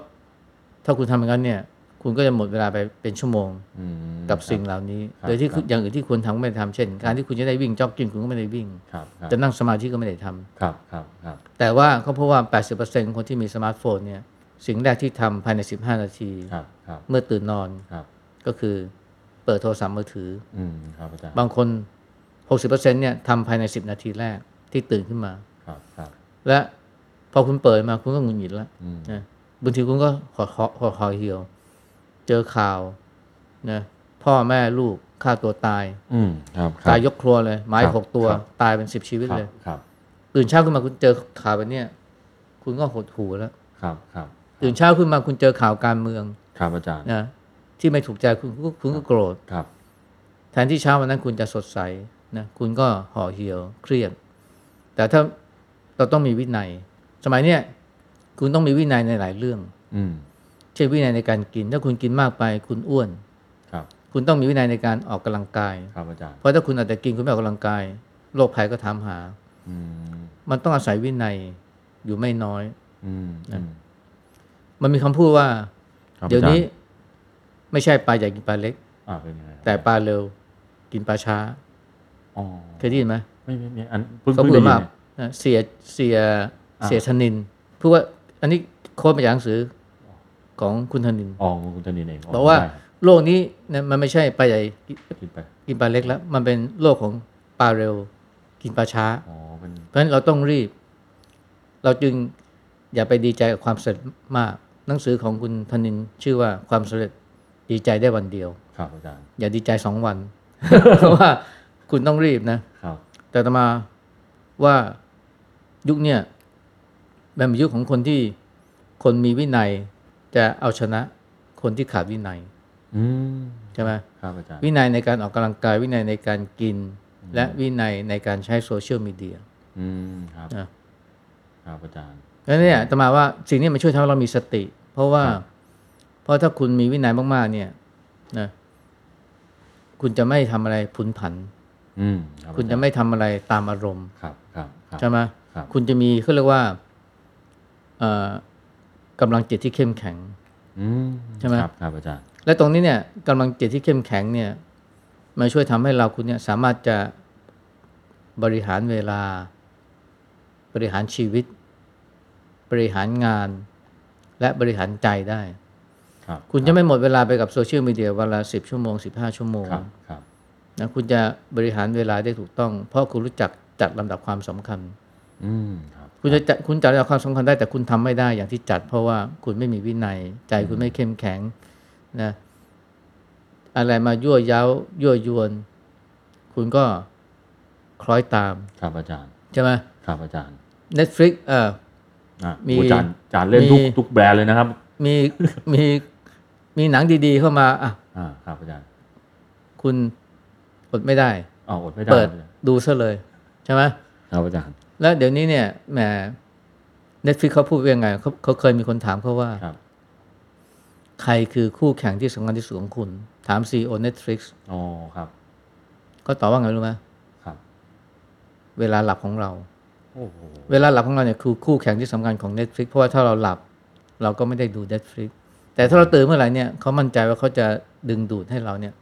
[SPEAKER 3] ถ้าคุณทำอย่างนั้นเนี่ย คุณก็จะหมดเวลาไปเป็นชั่วโมง
[SPEAKER 2] อืม
[SPEAKER 3] กับสิ่งเหล่านี้
[SPEAKER 2] ครับ
[SPEAKER 3] โดยที่
[SPEAKER 2] ครับ
[SPEAKER 3] อย่างอื่นที่ควรทำก็ไม่ได้ทำเช่น การที่คุณจะได้วิ่งจ็อกกิ้งคุณก็ไม่ได้วิ่ง
[SPEAKER 2] ครับครับ
[SPEAKER 3] จะนั่งสมาธิก็ไม่ได้ทำ
[SPEAKER 2] ครับครับครับ
[SPEAKER 3] แต่ว่าเขาเพราะว่า 80%ของคนที่มีสมาร์ทโฟนเนี่ย สิ่งแรกที่ทำภายใน 15 นาที
[SPEAKER 2] ครับครับ
[SPEAKER 3] เมื่อตื่นนอน
[SPEAKER 2] ครับ
[SPEAKER 3] ก็คือเปิดโทรศัพท์มือถือ
[SPEAKER 2] อืมครับอาจารย์
[SPEAKER 3] บางคน 60%เนี่ยทำภายใน 10 นาทีแรกที่ตื่นขึ้นมา
[SPEAKER 2] ครับครับ
[SPEAKER 3] และพอคุณเปิดมาคุณก็หงุดหงิดแล้ว
[SPEAKER 2] อืม
[SPEAKER 3] นะบางทีคุณก็หอหอหอหอเหี่ยว เจอข่าวนะพ่อแม่ลูกฆ่าตัวตาย
[SPEAKER 2] อืมครับครั
[SPEAKER 3] ตาย
[SPEAKER 2] บ
[SPEAKER 3] ยกครัวเลยไม้
[SPEAKER 2] ครับ
[SPEAKER 3] หกตัว
[SPEAKER 2] ครับ
[SPEAKER 3] ตายเป็นสิบชีวิต
[SPEAKER 2] ครับ
[SPEAKER 3] เลย
[SPEAKER 2] ครับ
[SPEAKER 3] ตื่นเช้าขึ้นมาคุณเจอข่าวแบบเนี้ยคุณก็หดหูแล้ว
[SPEAKER 2] ครับครับ
[SPEAKER 3] ตื่นเช้าขึ้นมาคุณเจอข่าวการเมือง
[SPEAKER 2] ครับอาจารย์
[SPEAKER 3] นะที่ไม่ถูกใจคุณคุณคุณก็โกรธ
[SPEAKER 2] ครับ
[SPEAKER 3] แทนที่เช้าวันนั้นคุณจะสดใสนะคุณก็ห่อเหี่ยวเครียด แต่ถ้าเราต้องมีวินัย สมัยเนี้ยคุณต้องมีวินัยในหลายเรื่อง
[SPEAKER 2] อืม
[SPEAKER 3] เช่นวินัยในการกิน ถ้าคุณกินมากไปคุณอ้วน
[SPEAKER 2] ครับ
[SPEAKER 3] คุณต้องมีวินัยในการออกกำลังกาย
[SPEAKER 2] ครับอาจารย์
[SPEAKER 3] เพราะถ้าคุณอาจจะกินคุณไม่ออกกำลังกายโรคภัยก็ถามหา
[SPEAKER 2] อืม
[SPEAKER 3] มันต้องอาศัยวินัยอยู่ไม่น้อย
[SPEAKER 2] อืมอืม
[SPEAKER 3] มันมีคำพูดว่า
[SPEAKER 2] ครับอาจารย์
[SPEAKER 3] เดี๋ยวนี้ไม่ใช่ปลาใหญ่กินปลาเล็ก
[SPEAKER 2] อ่าเป็นยังไงครับ
[SPEAKER 3] แต่ปลาเร็วกินปลาช้า
[SPEAKER 2] อ๋อ
[SPEAKER 3] เคยได้ยินไหม
[SPEAKER 2] ไม่ไม่ไม่อันเพิ่ง
[SPEAKER 3] เขา
[SPEAKER 2] เพิ่ง
[SPEAKER 3] พู
[SPEAKER 2] ได้
[SPEAKER 3] ด
[SPEAKER 2] ยิน
[SPEAKER 3] มา
[SPEAKER 2] เนี่ย
[SPEAKER 3] อ่ะเสียเสีย
[SPEAKER 2] อ่า
[SPEAKER 3] เสียธนินพูดว่าอันนี้โค้ดมาจากหนังสือของคุณธนิน
[SPEAKER 2] อ๋อของคุณธนินเอง
[SPEAKER 3] บอกว่า
[SPEAKER 2] ได้
[SPEAKER 3] โลกนี้นะมันไม่ใช่ปลาใหญ่
[SPEAKER 2] คิดไป
[SPEAKER 3] กินปลาเล็กแล้ว มันเป็นโลกของปลาเร็วกินปลาช้า
[SPEAKER 2] อ๋อเป็น
[SPEAKER 3] เพราะฉะนั้นเราต้องรีบ เราจึงอย่าไปดีใจกับความสำเร็จมาก หนังสือของคุณธนินชื่อว่าความสำเร็จดีใจได้วันเดียว
[SPEAKER 2] ครับอาจารย์
[SPEAKER 3] อย่าดีใจสองวัน เพราะว่าคุณต้องรีบนะ
[SPEAKER 2] ครับ
[SPEAKER 3] แต่อาตมาว่ายุคเนี้ยมันเป็นยุคของคนที่คนมีวินัย จะเอาชนะคนที่ขาดวินัย
[SPEAKER 2] อืม
[SPEAKER 3] ใช่ไหม
[SPEAKER 2] ครับอาจารย์
[SPEAKER 3] วินัยในการออกกำลังกาย วินัยในการกิน และวินัยในการใช้โซเชียลมีเดีย
[SPEAKER 2] อืมครับ
[SPEAKER 3] นะ
[SPEAKER 2] ครับอาจารย์
[SPEAKER 3] แล้วเนี่ยอาตมาว่าสิ่งนี้มันช่วยทำให้เรามีสติ เพราะว่า
[SPEAKER 2] ครับ
[SPEAKER 3] เพราะถ้าคุณมีวินัยมากๆ เนี่ยนะคุณจะไม่ทำอะไรผุนผัน
[SPEAKER 2] อืมรับ
[SPEAKER 3] คุณจะไม่ทำอะไรตามอารมณ์
[SPEAKER 2] ครับครับครับ
[SPEAKER 3] ใช่ไหม
[SPEAKER 2] ครับ
[SPEAKER 3] คุณจะมีเขาเรียกว่าเอ่อกำลังจิตที่เข้มแข็ง
[SPEAKER 2] อืม
[SPEAKER 3] ใช่ไหม
[SPEAKER 2] ครับครับอาจารย์
[SPEAKER 3] และตรงนี้เนี่ยกำลังจิตที่เข้มแข็งเนี่ยมันช่วยทำให้เราคุณเนี่ยสามารถจะบริหารเวลา บริหารชีวิต บริหารงาน และบริหารใจได้
[SPEAKER 2] ครับ
[SPEAKER 3] คุณจะไม่หมดเวลาไปกับโซเชียลมีเดียวันละสิบชั่วโมงสิบห้าชั่วโมง
[SPEAKER 2] ครับครับ
[SPEAKER 3] นะคุณจะบริหารเวลาได้ถูกต้อง เพราะคุณรู้จักจัดลำดับความสำคัญ
[SPEAKER 2] อืมครับ
[SPEAKER 3] คุณจะจัดคุณจัดลำดับความสำคัญได้แต่คุณทำไม่ได้อย่างที่จัด เพราะว่าคุณไม่มีวินัย ใจคุณไม่เข้มแข็งนะอะไรมายั่วเย้ายั่วยวน คุณก็คล้อยตาม
[SPEAKER 2] ครับอาจารย์
[SPEAKER 3] ใช่ไหม
[SPEAKER 2] ครับอาจารย์
[SPEAKER 3] Netflix เออ
[SPEAKER 2] อ่ะ
[SPEAKER 3] มี
[SPEAKER 2] โอ้อาจารย์อาจารย์เล่นทุก
[SPEAKER 3] มี
[SPEAKER 2] ทุกแบรนด์เลยนะครับ
[SPEAKER 3] มีมีมีหนังดีๆเข้ามาอ่ะ
[SPEAKER 2] อ่าครับอาจารย์
[SPEAKER 3] คุณอดไม่ได้
[SPEAKER 2] อ๋ออดไม่ได้
[SPEAKER 3] เปิด
[SPEAKER 2] อาจารย์
[SPEAKER 3] ดูซะเลย ใช่ไหม
[SPEAKER 2] ครับอาจารย์
[SPEAKER 3] แล้วเดี๋ยวนี้เนี่ยแหม Netflix เขาพูดว่ายังไงเขาเขาเคยมีคนถามเขาว่า
[SPEAKER 2] ครับ
[SPEAKER 3] ใครคือคู่แข่งที่สำคัญที่สุดของคุณ ถาม CEO Netflix
[SPEAKER 2] อ๋อครับ
[SPEAKER 3] เขาตอบว่าไงรู้ไหม
[SPEAKER 2] ครับ
[SPEAKER 3] เวลาหลับของเรา
[SPEAKER 2] โอ้โห
[SPEAKER 3] เวลาหลับของเราเนี่ยคือคู่แข่งที่สำคัญของ Netflix เพราะว่าถ้าเราหลับเราก็ไม่ได้ดู Netflix แต่ถ้าเราตื่นเมื่อไหร่เนี่ยเขามั่นใจว่าเขาจะดึงดูดให้เราเนี่ย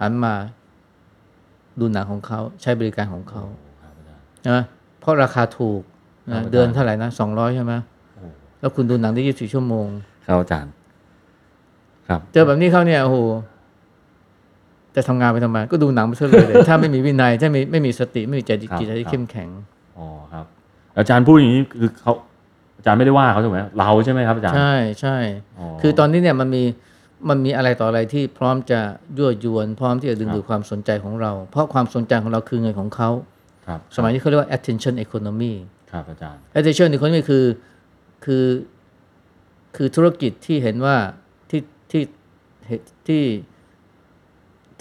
[SPEAKER 3] หันมาดูหนังของเขาใช้บริการของเขา
[SPEAKER 2] ครับอาจารย์
[SPEAKER 3] ใช่ไหมเพราะราคาถูก
[SPEAKER 2] ครั
[SPEAKER 3] นะ
[SPEAKER 2] บ
[SPEAKER 3] เดือนเท่าไหร่นะสองร้อยใช่ไหม
[SPEAKER 2] โอ้
[SPEAKER 3] แล้วคุณดูหนังได้ยี่สิบชั่วโมง
[SPEAKER 2] ครับอาจารย์ ครับ
[SPEAKER 3] เจอแบบนี้เขาเนี่ยโอ้โหจะทำงานไปทำไมก็ดูหนังไปเฉย เลย ถ้าไม่มีวินัยถ้าไม่ไม่มีสติไม่มีใจจิต
[SPEAKER 2] ครับ
[SPEAKER 3] จิตใจ
[SPEAKER 2] ค
[SPEAKER 3] ที่
[SPEAKER 2] รับ
[SPEAKER 3] เข้มแข็ง
[SPEAKER 2] อ๋อครับ อาจารย์พูดอย่างนี้คือเขา อาจารย์ไม่ได้ว่าเขาถูกไหมเราใช่ไหมครับอาจารย์
[SPEAKER 3] ใช่ใช่ คือตอนนี้เนี่ยมันมีมันมีอะไรต่ออะไรที่พร้อมจะยั่วยวน พร้อมที่จะดึงดูดความสนใจของเรา เพราะความสนใจของเราคือเงินของเขา
[SPEAKER 2] ครับ
[SPEAKER 3] สมัยนี้เขาเรียกว่า attention economy
[SPEAKER 2] ครับอาจารย์
[SPEAKER 3] attention economy คือคือคือธุรกิจที่เห็นว่าที่ที่เห็นที่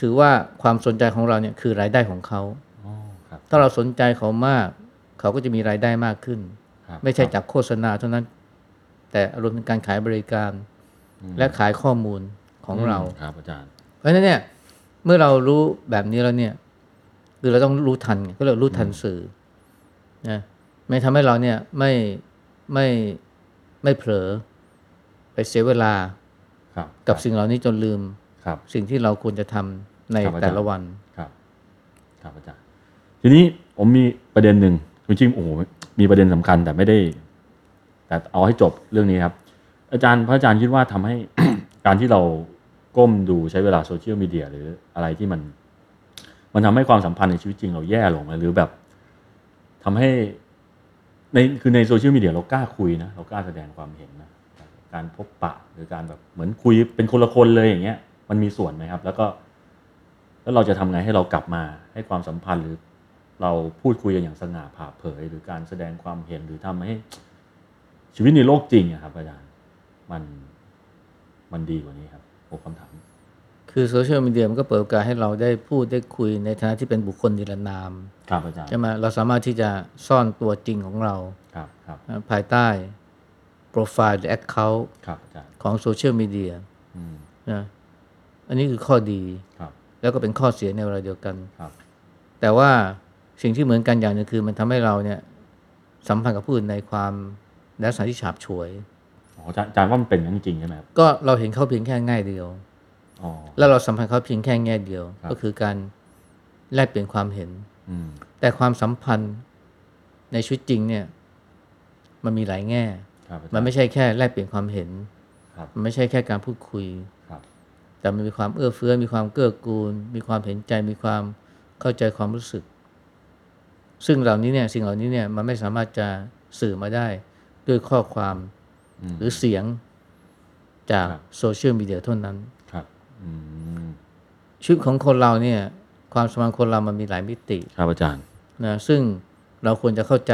[SPEAKER 3] ถือว่าความสนใจของเราเนี่ยคือรายได้ของเขา
[SPEAKER 2] อ๋อครับ
[SPEAKER 3] ถ้าเราสนใจเขามาก เขาก็จะมีรายได้มากขึ้น
[SPEAKER 2] ครับ
[SPEAKER 3] ไม่ใช่
[SPEAKER 2] ครับ
[SPEAKER 3] จากโฆษณาเท่านั้น แต่รวมถึงการขายบริการ
[SPEAKER 2] อืม
[SPEAKER 3] และขายข้อมูลของเรา
[SPEAKER 2] มครับอาจารย์
[SPEAKER 3] เพราะฉะนั้นเนี่ยเมื่อเรารู้แบบนี้แล้วเนี่ยคือเราต้องรู้ทันไงก็เรียกรู้ทันสื่อนะไม่ทำให้เราเนี่ยไม่ไม่ไม่เผลอไปเสียเวลา
[SPEAKER 2] ครับ
[SPEAKER 3] กับสิ่งเหล่านี้จนลืม
[SPEAKER 2] ครับ
[SPEAKER 3] สิ่งที่เราควรจะทำใน
[SPEAKER 2] ครับอาจารย์
[SPEAKER 3] แต่ละวัน
[SPEAKER 2] ครับครับอาจารย์ ทีนี้ผมมีประเด็นหนึ่งจริงๆโอ้โหมีประเด็นสำคัญแต่ไม่ได้ แต่เอาให้จบเรื่องนี้ครับ อาจารย์พระอาจารย์คิดว่าทำให้ การที่เราก้มดูใช้เวลาโซเชียลมีเดียหรืออะไรที่มัน มันทำให้ความสัมพันธ์ในชีวิตจริงเราแย่ลงไหมหรือแบบทำให้ในคือในโซเชียลมีเดียเรากล้าคุยนะเรากล้าแสดงความเห็นนะการพบปะหรือการแบบเหมือนคุยเป็นคนละคนเลยอย่างเงี้ย มันมีส่วนไหมครับ แล้วก็ แล้วเราจะทำไงให้เรากลับมาให้ความสัมพันธ์หรือ เราพูดคุยกันอย่างสง่าผ่าเผย หรือการแสดงความเห็นหรือทำให้ ชีวิตในโลกจริงอะครับอาจารย์มันมันดีกว่านี้ครับโอ้คำถาม
[SPEAKER 3] คือโซเชียลมีเดียมันก็เปิดโอกาสให้เราได้พูดได้คุยในฐานะที่เป็นบุคคลนิรนาม
[SPEAKER 2] ครับอาจารย์
[SPEAKER 3] ใช่ไหมเราสามารถที่จะซ่อนตัวจริงของเรา
[SPEAKER 2] ครับครับ
[SPEAKER 3] นะภายใต้โปรไฟล์หรือแอคเคาท์
[SPEAKER 2] ครับอาจารย์
[SPEAKER 3] ของโซเชียลมีเดีย
[SPEAKER 2] อืม
[SPEAKER 3] นะอันนี้คือข้อดี
[SPEAKER 2] ครับ
[SPEAKER 3] แล้วก็เป็นข้อเสียในเวลาเดียวกัน
[SPEAKER 2] ครับ
[SPEAKER 3] แต่ว่าสิ่งที่เหมือนกันอย่างหนึงคือมันทำให้เราเนี่ยสัมพันธ์กับผู้อื่นในความลักษณะที่ฉาบฉวย
[SPEAKER 2] อ๋ออาจารย์อาจารย์ว่ามันเป็นอย่างนั้นจริงใช่ไหมครับ
[SPEAKER 3] ก็เราเห็นเขาเพียงแค่ง่ายเดียว
[SPEAKER 2] อ๋อ
[SPEAKER 3] แล้วเราสัมพันธ์เขาเพียงแค่แง่เดียว
[SPEAKER 2] ครับ
[SPEAKER 3] ก็คือการแลกเปลี่ยนความเห็น
[SPEAKER 2] อืม
[SPEAKER 3] แต่ความสัมพันธ์ในชีวิตจริงเนี่ยมันมีหลายแง่
[SPEAKER 2] ครับอาจารย์
[SPEAKER 3] มันไม่ใช่แค่แลกเปลี่ยนความเห็น
[SPEAKER 2] ครับ
[SPEAKER 3] มันไม่ใช่แค่การพูดคุย
[SPEAKER 2] ครับ
[SPEAKER 3] แต่มันมีความเอื้อเฟื้อ มีความเกื้อกูล มีความเห็นใจ มีความเข้าใจความรู้สึก ซึ่งเหล่านี้เนี่ย สิ่งเหล่านี้เนี่ย มันไม่สามารถจะสื่อมาได้ด้วยข้อความ
[SPEAKER 2] อืม
[SPEAKER 3] หรือเสียงจาก
[SPEAKER 2] ครับ
[SPEAKER 3] โซเชียลมีเดียเท่านั้น
[SPEAKER 2] ครับอืม
[SPEAKER 3] ชีวิตของคนเราเนี่ย ความสมพันธ์คนเรามันมีหลายมิติ
[SPEAKER 2] ครับอาจารย์
[SPEAKER 3] นะ ซึ่งเราควรจะเข้าใจ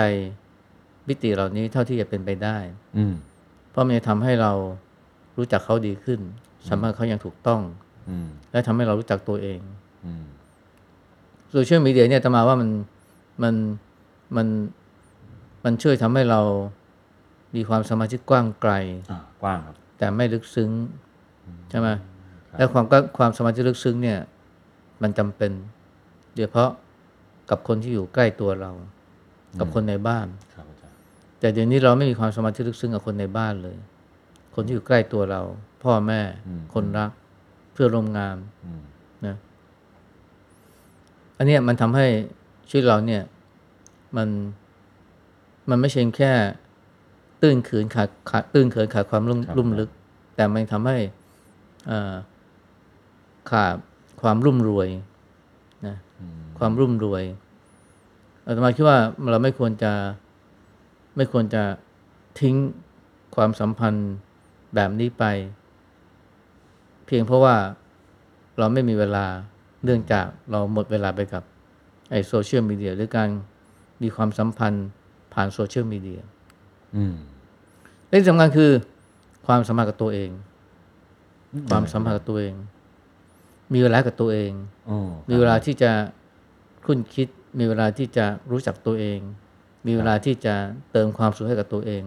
[SPEAKER 3] มิติเหล่านี้เท่าที่จะเป็นไปได้
[SPEAKER 2] อืม
[SPEAKER 3] เพราะมันจะทำให้เรารู้จักเขาดีขึ้นสัมพันธ์เขาอย่างถูกต้อง
[SPEAKER 2] อืม
[SPEAKER 3] และทำให้เรารู้จักตัวเอง
[SPEAKER 2] อืม
[SPEAKER 3] โซเชียลมีเดียเนี่ยอาตมาว่ามันมันมันมันช่วยทำให้เรามีความสมาธิกว้างไกล
[SPEAKER 2] อ่ะกว้างครับ
[SPEAKER 3] แต่ไม่ลึกซึ้งใช่ไหมและความก็ความสมาธิลึกซึ้งเนี่ย มันจำเป็นโดยเฉพาะกับคนที่อยู่ใกล้ตัวเรา กับคนในบ้าน
[SPEAKER 2] ครับอาจารย์
[SPEAKER 3] แต่เดี๋ยวนี้เราไม่มีความสมาธิลึกซึ้งกับคนในบ้านเลย คนที่อยู่ใกล้ตัวเรา พ่อแม่คนรักเพื่อนร่วมงาน
[SPEAKER 2] อืม
[SPEAKER 3] นะอันเนี้ยมันทำให้ชีวิตเราเนี่ย มันมันไม่ใช่แค่ตื้นเขินขาดขาดตื้นเขินขาดความลุ่มลุ่มลึก แต่มันทำให้อ่าขาดความรุ่มรวยนะความรุ่มรวยอาตมาคิดว่าเราไม่ควรจะไม่ควรจะทิ้งความสัมพันธ์แบบนี้ไป เพียงเพราะว่าเราไม่มีเวลาเนื่องจากเราหมดเวลาไปกับไอ้โซเชียลมีเดียหรือการมีความสัมพันธ์ผ่านโซเชียลมีเดีย
[SPEAKER 2] อืม
[SPEAKER 3] และที่สำคัญคือความสัมพันธ์กับตัวเอง ความสัมพันธ์กับตัวเอง มีเวลากับตัวเอง
[SPEAKER 2] อ๋อครับ
[SPEAKER 3] มีเวลาที่จะคุ้นคิด มีเวลาที่จะรู้จักตัวเอง มีเวลาที่จะเติมความสุขให้กับตัวเอง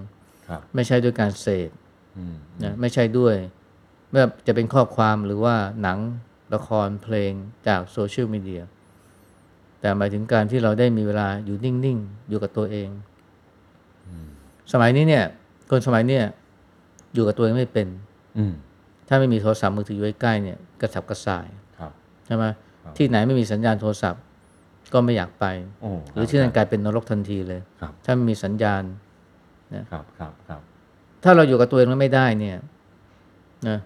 [SPEAKER 2] ครับ
[SPEAKER 3] ไม่ใช่ด้วยการเสพ
[SPEAKER 2] อืม
[SPEAKER 3] นะไม่ใช่ด้วยไม่ว่าจะเป็นข้อความหรือว่าหนังละครเพลงจากโซเชียลมีเดียแต่หมายถึงการที่เราได้มีเวลาอยู่นิ่ง ๆ อยู่กับตัวเอง สมัยนี้เนี่ย คนสมัยเนี่ยอยู่กับตัวเองไม่เป็น
[SPEAKER 2] อืม
[SPEAKER 3] ถ้าไม่มีโทรศัพท์มือถืออยู่ใกล้ๆเนี่ยกระสับกระส่าย
[SPEAKER 2] ครับ
[SPEAKER 3] ใช่ไหมที่ไหนไม่มีสัญญาณโทรศัพท์ก็ไม่อยากไป
[SPEAKER 2] โอ้
[SPEAKER 3] หรือที่นั่นกลายเป็นนรกทันทีเลย
[SPEAKER 2] ครับ
[SPEAKER 3] ถ้าไม่มีสัญญาณ
[SPEAKER 2] ครับครับครับ
[SPEAKER 3] ถ้าเราอยู่กับตัวเองแล้วไม่ได้เนี่ยนะ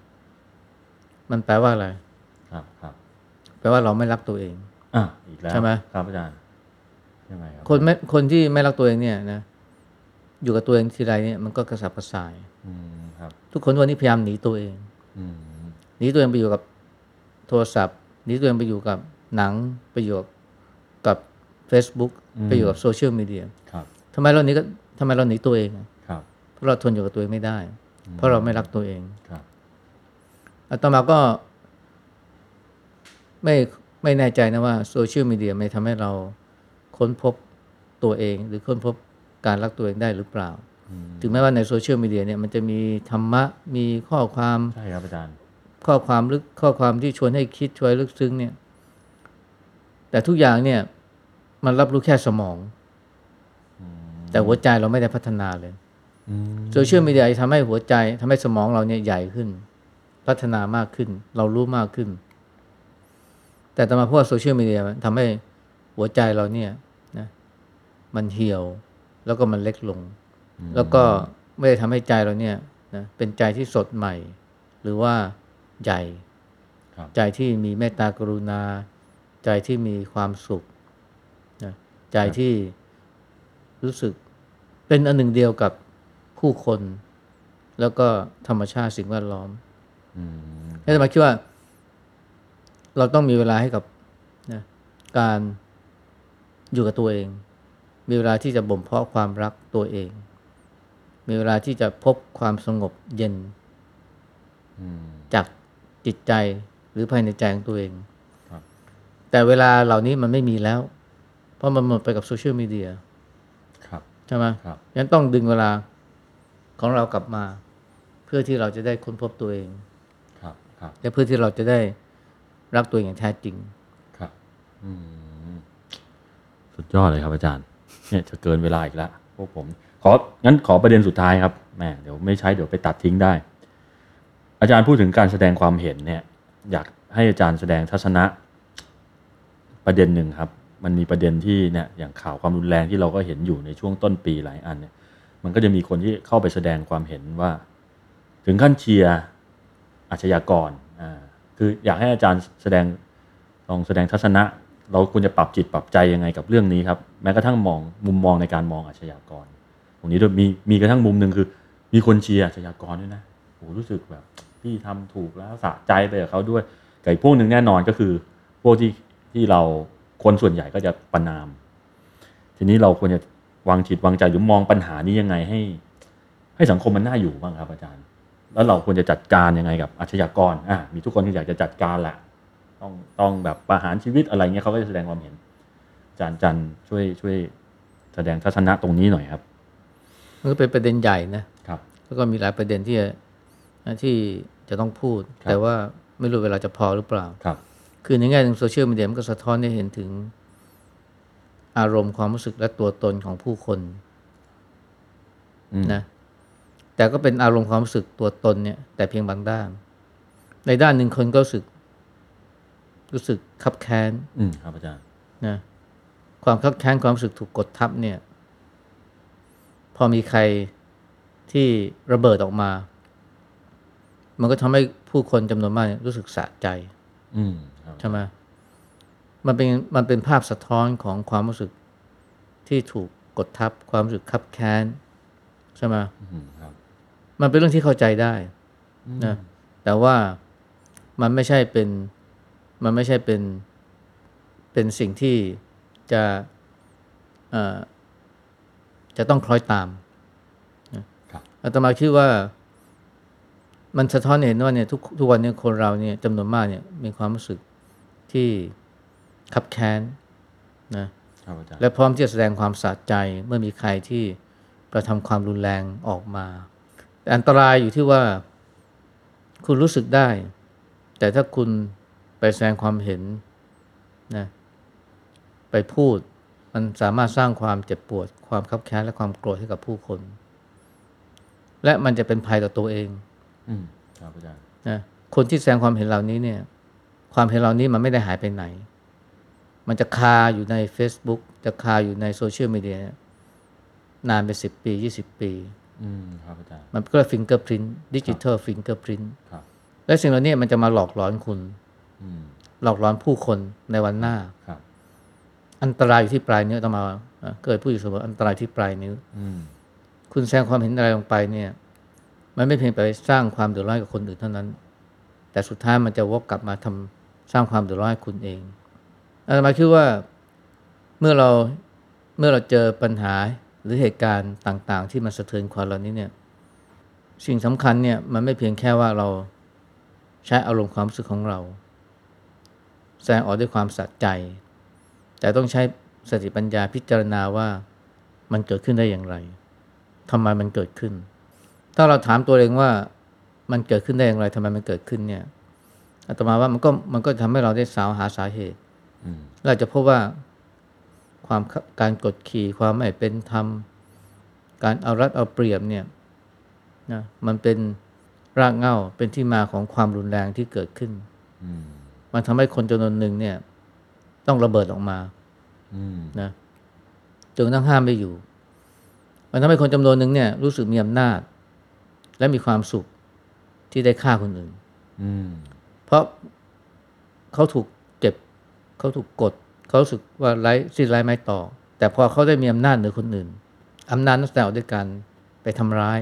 [SPEAKER 3] มันแปลว่าอะไร
[SPEAKER 2] ครับครับ
[SPEAKER 3] แปลว่าเราไม่รักตัวเอง
[SPEAKER 2] อ่ะอีกแล้ว
[SPEAKER 3] ใช่ไหม
[SPEAKER 2] ครับอาจารย์ยังไงครับ
[SPEAKER 3] คนไม่คนที่ไม่รักตัวเองเนี่ยนะ อยู่กับตัวเองทีไรเนี่ยมันก็กระสับกระส่าย
[SPEAKER 2] อืมครับ
[SPEAKER 3] ทุกคนวันนี้พยายามหนีตัวเอง
[SPEAKER 2] อืม
[SPEAKER 3] หนีตัวเองไปอยู่กับโทรศัพท์ หนีตัวเองไปอยู่กับหนัง ไปอยู่กับ Facebook ไปอยู่กับโซเชียลมีเดีย
[SPEAKER 2] ครับ
[SPEAKER 3] ทำไมเราหนีก็ทำไมเราหนีตัวเองอะ
[SPEAKER 2] ครับ
[SPEAKER 3] เพราะเราทนอยู่กับตัวเองไม่ได้ เพราะเราไม่รักตัวเอง
[SPEAKER 2] ครับ
[SPEAKER 3] อาตมาก็ ไม่ไม่แน่ใจนะว่าโซเชียลมีเดียมันทำให้เราค้นพบตัวเอง หรือค้นพบการรักตัวเองได้หรือเปล่า
[SPEAKER 2] อืม
[SPEAKER 3] ถึงแม้ว่าในโซเชียลมีเดียเนี่ยมันจะมีธรรมะ มีข้อความ
[SPEAKER 2] ใช่ครับอาจารย์
[SPEAKER 3] ข้อความลึกข้อความที่ชวนให้คิดชวนให้ลึกซึ้งเนี่ย แต่ทุกอย่างเนี่ย มันรับรู้แค่สมอง
[SPEAKER 2] อืม
[SPEAKER 3] แต่หัวใจเราไม่ได้พัฒนาเลย
[SPEAKER 2] อืม
[SPEAKER 3] โซเชียลมีเดียทำให้หัวใจทำให้สมองเราเนี่ยใหญ่ขึ้น พัฒนามากขึ้น เรารู้มากขึ้น แต่ต่อมาพวกโซเชียลมีเดียมันทำให้หัวใจเราเนี่ยนะมันเหี่ยว แล้วก็มันเล็กลง แล้วก็ไม่ได้ทำให้ใจเราเนี่ยนะเป็นใจที่สดใหม่ หรือว่าใหญ่
[SPEAKER 2] ครับ
[SPEAKER 3] ใจที่มีเมตตากรุณา ใจที่มีความสุขนะใจที่รู้สึกเป็นอันหนึ่งเดียวกับผู้คน แล้วก็ธรรมชาติสิ่งแวดล้อม
[SPEAKER 2] อืม
[SPEAKER 3] ให้ธรรมาคิดว่า เราต้องมีเวลาให้กับนะการอยู่กับตัวเอง มีเวลาที่จะบ่มเพาะความรักตัวเอง มีเวลาที่จะพบความสงบเย็น
[SPEAKER 2] อืม
[SPEAKER 3] จากจิตใจหรือภายในใจของตัวเอง
[SPEAKER 2] ครับ
[SPEAKER 3] แต่เวลาเหล่านี้มันไม่มีแล้ว เพราะมันหมดไปกับโซเชียลมีเดีย
[SPEAKER 2] ครับ
[SPEAKER 3] ใช่ไหม
[SPEAKER 2] ครับ
[SPEAKER 3] งั้นต้องดึงเวลาของเรากลับมา เพื่อที่เราจะได้ค้นพบตัวเอง
[SPEAKER 2] ครับครับ
[SPEAKER 3] และเพื่อที่เราจะได้รักตัวเองอย่างแท้จริง
[SPEAKER 2] ครับอืมสุดยอดเลยครับอาจารย์ เนี่ยจะเกินเวลาอีกแล้วพวกผม ของั้นขอประเด็นสุดท้ายครับแหม่เดี๋ยวไม่ใช้เดี๋ยวไปตัดทิ้งได้ อาจารย์พูดถึงการแสดงความเห็นเนี่ย อยากให้อาจารย์แสดงทัศนะ ประเด็นหนึ่งครับ มันมีประเด็นที่เนี่ยอย่างข่าวความรุนแรงที่เราก็เห็นอยู่ในช่วงต้นปีหลายอันเนี่ย มันก็จะมีคนที่เข้าไปแสดงความเห็นว่า ถึงขั้นเชียร์อาชญากรอ่าคืออยากให้อาจารย์แสดงลองแสดงทัศนะ เราควรจะปรับจิตปรับใจยังไงกับเรื่องนี้ครับ แม้กระทั่งมองมุมมองในการมองอาชญากร ตรงนี้ด้วยมีมีกระทั่งมุมหนึ่งคือ มีคนเชียร์อาชญากรด้วยนะโหรู้สึกแบบพี่ทำถูกแล้วสะใจไปกับเขาด้วยแต่อีกพวกหนึ่งแน่นอนก็คือ พวกที่ที่เราคนส่วนใหญ่ก็จะประนาม ทีนี้เราควรจะวางจิตวางใจหรือมองปัญหานี้ยังไงให้ ให้สังคมมันน่าอยู่บ้างครับ อาจารย์ แล้วเราควรจะจัดการยังไงกับอาชญากรอ่ะมีทุกคนที่อยากจะจัดการแหละต้องต้องแบบประหารชีวิตอะไรเงี้ยเขาก็จะแสดงความเห็นอาจารย์อาจันช่วยช่วยแสดงทัศนะตรงนี้หน่อยครับ
[SPEAKER 3] มันก็เป็นประเด็นใหญ่นะครับ แล้วก็มีหลายประเด็นที่จะที่จะต้องพูด
[SPEAKER 2] ครับ
[SPEAKER 3] แต่ว่าไม่รู้เวลาจะพอหรือเปล่า
[SPEAKER 2] ครับ
[SPEAKER 3] คือในแง่หนึ่งโซเชียลมีเดียมันก็สะท้อนให้เห็นถึงอารมณ์ความรู้สึกและตัวตนของผู้คน
[SPEAKER 2] อืม
[SPEAKER 3] นะแต่ก็เป็นอารมณ์ความรู้สึกตัวตนเนี่ย แต่เพียงบางด้าน ในด้านหนึ่งคนก็รู้สึก รู้สึกคับแค้น
[SPEAKER 2] อืมครับอาจารย์
[SPEAKER 3] นะความคับแค้นความรู้สึกถูกกดทับเนี่ย พอมีใครที่ระเบิดออกมา มันก็ทำให้ผู้คนจำนวนมากเนี่ยรู้สึกสะใจ
[SPEAKER 2] อืมครับ
[SPEAKER 3] ใช่ไหมมันเป็นมันเป็นภาพสะท้อนของความรู้สึกที่ถูกกดทับความรู้สึกคับแค้นใช่ไหม
[SPEAKER 2] อืมครับ
[SPEAKER 3] มันเป็นเรื่องที่เข้าใจได้นะแต่ว่ามันไม่ใช่เป็นมันไม่ใช่เป็นเป็นสิ่งที่จะเอ่อจะต้องคล้อยตาม
[SPEAKER 2] ครับ
[SPEAKER 3] อาตมาคิดว่ามันสะท้อนเห็นว่าเนี่ยทุกทุกวันเนี่ยคนเราเนี่ยจำนวนมากเนี่ยมีความรู้สึกที่ขับแค้นนะครับ
[SPEAKER 2] อาจารย์
[SPEAKER 3] และพร้อมที่จะแสดงความสะใจเมื่อมีใครที่กระทำความรุนแรงออกมาแต่อันตรายอยู่ที่ว่าคุณรู้สึกได้ แต่ถ้าคุณไปแสดงความเห็นนะไปพูดมันสามารถสร้างความเจ็บปวด ความคับแค้นและความโกรธให้กับผู้คน และมันจะเป็นภัยต่อตัวเอง
[SPEAKER 2] อืมครับอาจารย์
[SPEAKER 3] นะคนที่แสดงความเห็นเหล่านี้เนี่ย ความเห็นเหล่านี้มันไม่ได้หายไปไหน มันจะคาอยู่ใน Facebook จะคาอยู่ในโซเชียลมีเดียเนี่ยนานไปสิบปียี่สิบปี
[SPEAKER 2] อืมครับอาจารย์
[SPEAKER 3] มันก็ฟิงเกอร์พรินดิจิทัลฟิงเกอร์พริน
[SPEAKER 2] ครับ
[SPEAKER 3] และสิ่งเหล่านี้มันจะมาหลอกหลอนคุณ
[SPEAKER 2] อืม
[SPEAKER 3] หลอกหลอนผู้คนในวันหน้า
[SPEAKER 2] ครับ
[SPEAKER 3] อันตรายอยู่ที่ปลายนิ้วต้องมาเอ่อเกิดผู้อยู่เสมออันตรายที่ปลายนิ้ว
[SPEAKER 2] อืม
[SPEAKER 3] คุณแสดงความเห็นอะไรลงไปเนี่ย มันไม่เพียงแต่ไปสร้างความเดือดร้อนกับคนอื่นเท่านั้น แต่สุดท้ายมันจะวกกลับมาทำสร้างความเดือดร้อนให้คุณเองอาตมาคิดว่าเมื่อเราเมื่อเราเจอปัญหาหรือเหตุการณ์ต่างๆ ที่มันสะเทือนความเรานี้เนี่ย สิ่งสำคัญเนี่ยมันไม่เพียงแค่ว่าเราใช้อารมณ์ความรู้สึกของเรา แสดงออกด้วยความสะใจ แต่ต้องใช้สติปัญญาพิจารณาว่ามันเกิดขึ้นได้อย่างไรทำไมมันเกิดขึ้น ถ้าเราถามตัวเองว่ามันเกิดขึ้นได้อย่างไรทำไมมันเกิดขึ้นเนี่ยอาตมาว่ามันก็มันก็ทำให้เราได้สาวหาสาเหตุ
[SPEAKER 2] อืม
[SPEAKER 3] เราจะพบว่าความขับการกดขี่ความไม่เป็นธรรม การเอารัดเอาเปรียบเนี่ยนะมันเป็นรากเหง้าเป็นที่มาของความรุนแรงที่เกิดขึ้น
[SPEAKER 2] อืม
[SPEAKER 3] มันทำให้คนจำนวนหนึ่งเนี่ย ต้องระเบิดออกมา
[SPEAKER 2] อืม
[SPEAKER 3] นะจนกระทั้งห้ามไม่อยู่ มันทำให้คนจำนวนหนึ่งเนี่ยรู้สึกมีอำนาจ และมีความสุขที่ได้ฆ่าคนอื่น
[SPEAKER 2] อืม
[SPEAKER 3] เพราะเขาถูกเจ็บ เขาถูกกด เขารู้สึกว่าไร้สิ้นไร้ไม้ต่อ แต่พอเขาได้มีอำนาจเหนือคนอื่นอำนาจนั้นแสดงออกด้วยการไปทำร้าย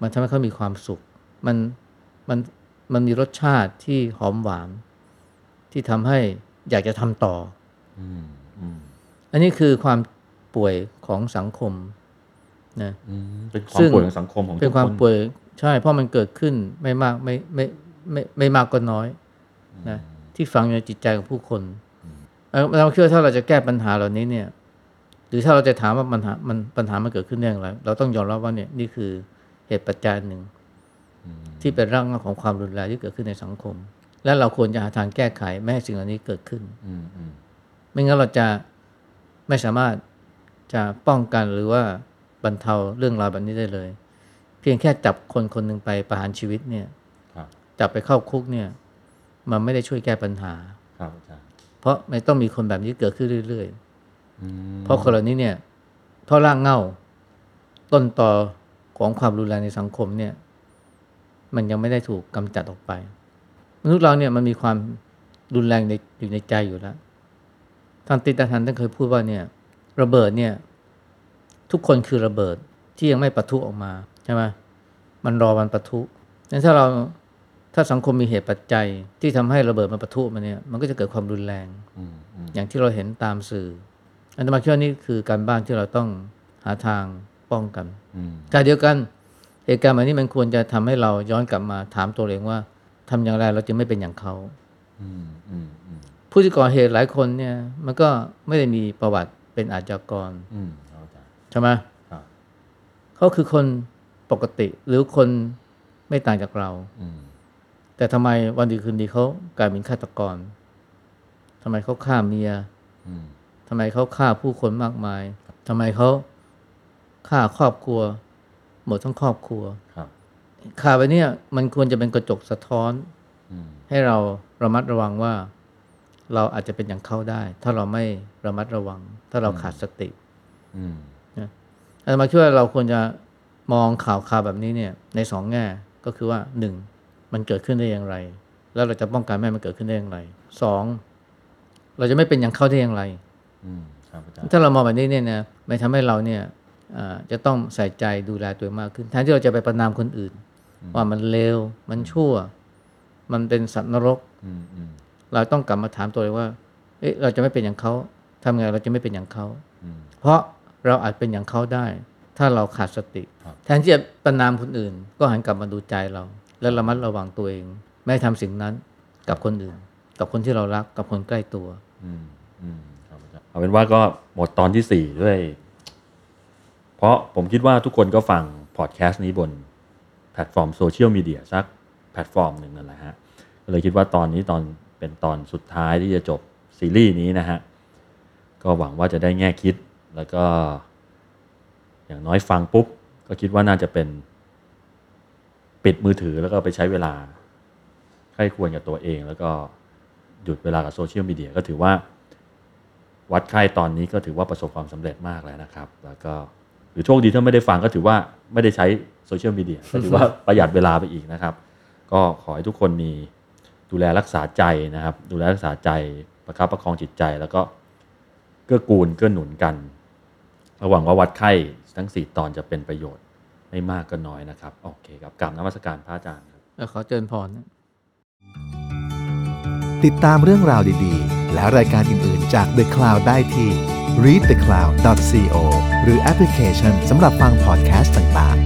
[SPEAKER 3] มันทำให้เขามีความสุข มันมันมันมีรสชาติที่หอมหวาน ที่ทำให้อยากจะทำต่อ
[SPEAKER 2] อืมอืม
[SPEAKER 3] อันนี้คือความป่วยของสังคมนะ
[SPEAKER 2] อืมเป็นความ
[SPEAKER 3] ซึ่ง
[SPEAKER 2] ป่วยของสังคมของทุก
[SPEAKER 3] เป็นความ
[SPEAKER 2] น
[SPEAKER 3] ป่วยใช่ เพราะมันเกิดขึ้นไม่มากไม่ไม่ไม่ไม่ไม่มากก็น้อยนะที่ฝังอยู่ในจิตใจของผู้คนเอ่อเราคิดว่าถ้าเราจะแก้ปัญหาเหล่านี้เนี่ยหรือถ้าเราจะถามว่าปัญหามันปัญหามันเกิดขึ้นได้อย่างไร เราต้องยอมรับว่าเนี่ยนี่คือเหตุปัจจัยหนึ่ง ที่เป็นร่างของความรุนแรงที่เกิดขึ้นในสังคม และเราควรจะหาทางแก้ไขไม่ให้สิ่งเหล่านี้เกิดขึ้น
[SPEAKER 2] อืมอืม
[SPEAKER 3] ไม่งั้นเราจะไม่สามารถจะป้องกันหรือว่าบรรเทาเรื่องราวแบบนี้ได้เลย เพียงแค่จับคนคนหนึ่งไปประหารชีวิตเนี่ย
[SPEAKER 2] ครับ
[SPEAKER 3] จับไปเข้าคุกเนี่ยมันไม่ได้ช่วยแก้ปัญหา
[SPEAKER 2] ครับอาจารย์
[SPEAKER 3] เพราะมันต้องมีคนแบบนี้เกิดขึ้นเรื่อย
[SPEAKER 2] อืม
[SPEAKER 3] ๆ เพราะคนเหล่านี้เนี่ยเพราะร่างเหง่าต้นตอของความรุนแรงในสังคมเนี่ยมันยังไม่ได้ถูกกำจัดออกไป มนุษย์เราเนี่ยมันมีความรุนแรงในอยู่ในใจอยู่แล้ว ท่านติตาทันท่านเคยพูดว่าเนี่ยระเบิดเนี่ยทุกคนคือระเบิดที่ยังไม่ปะทุออกมาใช่ไหมมันรอวันปะทุงั้นถ้าเราถ้าสังคมมีเหตุปัจจัยที่ทำให้ระเบิดมันปะทุมาเนี่ยมันก็จะเกิดความรุนแรง
[SPEAKER 2] อืมอืม
[SPEAKER 3] อย่างที่เราเห็นตามสื่อ อันตมาคิดว่านี่คือการบ้านที่เราต้องหาทางป้องกัน
[SPEAKER 2] อืม
[SPEAKER 3] ขณะเดียวกันเหตุการณ์แบบนี้มันควรจะทำให้เราย้อนกลับมาถามตัวเองว่าทำอย่างไรเราจะไม่เป็นอย่างเขา
[SPEAKER 2] อืมอืมอืม
[SPEAKER 3] ผู้ที่ก่อเหตุหลายคนเนี่ยมันก็ไม่ได้มีประวัติเป็นอาชญากร
[SPEAKER 2] อืมครับอาจารย์
[SPEAKER 3] ใช่ไหม
[SPEAKER 2] ครับ
[SPEAKER 3] เขาคือคนปกติหรือคนไม่ต่างจากเรา
[SPEAKER 2] อืม
[SPEAKER 3] แต่ทำไมวันดีคืนดีเขากลายเป็นฆาตกรทำไมเขาฆ่าเมีย
[SPEAKER 2] อืม
[SPEAKER 3] ทำไมเขาฆ่าผู้คนมากมาย ทำไมเขาฆ่าครอบครัว หมดทั้งครอบครัว
[SPEAKER 2] ครับ
[SPEAKER 3] ข่าวแบบเนี้ยมันควรจะเป็นกระจกสะท้อน
[SPEAKER 2] อืม
[SPEAKER 3] ให้เราระมัดระวังว่า เราอาจจะเป็นอย่างเขาได้ ถ้าเราไม่ระมัดระวัง ถ้าเราขาดสติ
[SPEAKER 2] อืม
[SPEAKER 3] อาตมาคิดว่าเราควรจะมองข่าวข่าวแบบนี้เนี่ยในสองแง่ก็คือว่าหนึ่งมันเกิดขึ้นได้อย่างไร แล้วเราจะป้องกันไม่ให้มันเกิดขึ้นได้อย่างไรสองเราจะไม่เป็นอย่างเขาได้อย่างไร
[SPEAKER 2] อืมครับอาจารย์
[SPEAKER 3] ถ้าเรามองแบบนี้เนี่ยนะมันทำให้เราเนี่ยเอ่อจะต้องใส่ใจดูแลตัวเองมากขึ้นแทนที่เราจะไปประนามคนอื่น ว่ามันเลวมันชั่ว มันเป็นสัตว์นรก
[SPEAKER 2] อืมอืม
[SPEAKER 3] เราต้องกลับมาถามตัวเองว่า เอ๊ะเราจะไม่เป็นอย่างเขาทำไงเราจะไม่เป็นอย่างเขา
[SPEAKER 2] อืม
[SPEAKER 3] เพราะเราอาจเป็นอย่างเขาได้ ถ้าเราขาดสติ
[SPEAKER 2] ครับ
[SPEAKER 3] แทนที่จะประนามคนอื่น ก็หันกลับมาดูใจเรา และระมัดระวังตัวเอง ไม่ทำสิ่งนั้นกับคนอื่น กับคนที่เรารักกับคนใกล้ตัว
[SPEAKER 2] อืมอืมครับอาจารย์เอาเป็นว่าก็หมดตอนที่สี่ด้วย เพราะผมคิดว่าทุกคนก็ฟังพอดแคสต์นี้บนแพลตฟอร์มโซเชียลมีเดียสักแพลตฟอร์มหนึ่งนั่นแหละฮะก็เลยคิดว่าตอนนี้ตอนเป็นตอนสุดท้ายที่จะจบซีรีส์นี้นะฮะ ก็หวังว่าจะได้แง่คิดแล้วก็ อย่างน้อยฟังปุ๊บ ก็คิดว่าน่าจะเป็น ปิดมือถือแล้วก็ไปใช้เวลาใคร่ควรกับตัวเอง แล้วก็หยุดเวลากับโซเชียลมีเดียก็ถือว่า วัดไข้ตอนนี้ก็ถือว่าประสบความสำเร็จมากแล้วนะครับ แล้วก็หรือโชคดีถ้าไม่ได้ฟังก็ถือว่าไม่ได้ใช้โซเชียลมีเดียก็ถือว่า ประหยัดเวลาไปอีกนะครับ ก็ขอให้ทุกคนมีดูแลรักษาใจนะครับ ดูแลรักษาใจประคับประคองจิตใจแล้วก็เกื้อกูลเกื้อหนุนกัน ระหวังว่าวัดไข้ทั้ง 4 ตอนจะเป็นประโยชน์ ไม่มากก็น้อยนะครับ โอเคครับกราบนมัสการพระอาจารย์ครับ
[SPEAKER 3] แล้วขอเจริญพรนะ
[SPEAKER 1] ติดตามเรื่องราวดีๆ และรายการอื่นๆจาก The Cloud ได้ที่ readthecloud.co หรือแอปพลิเคชันสำหรับฟังพอดแคสต์ต่างๆ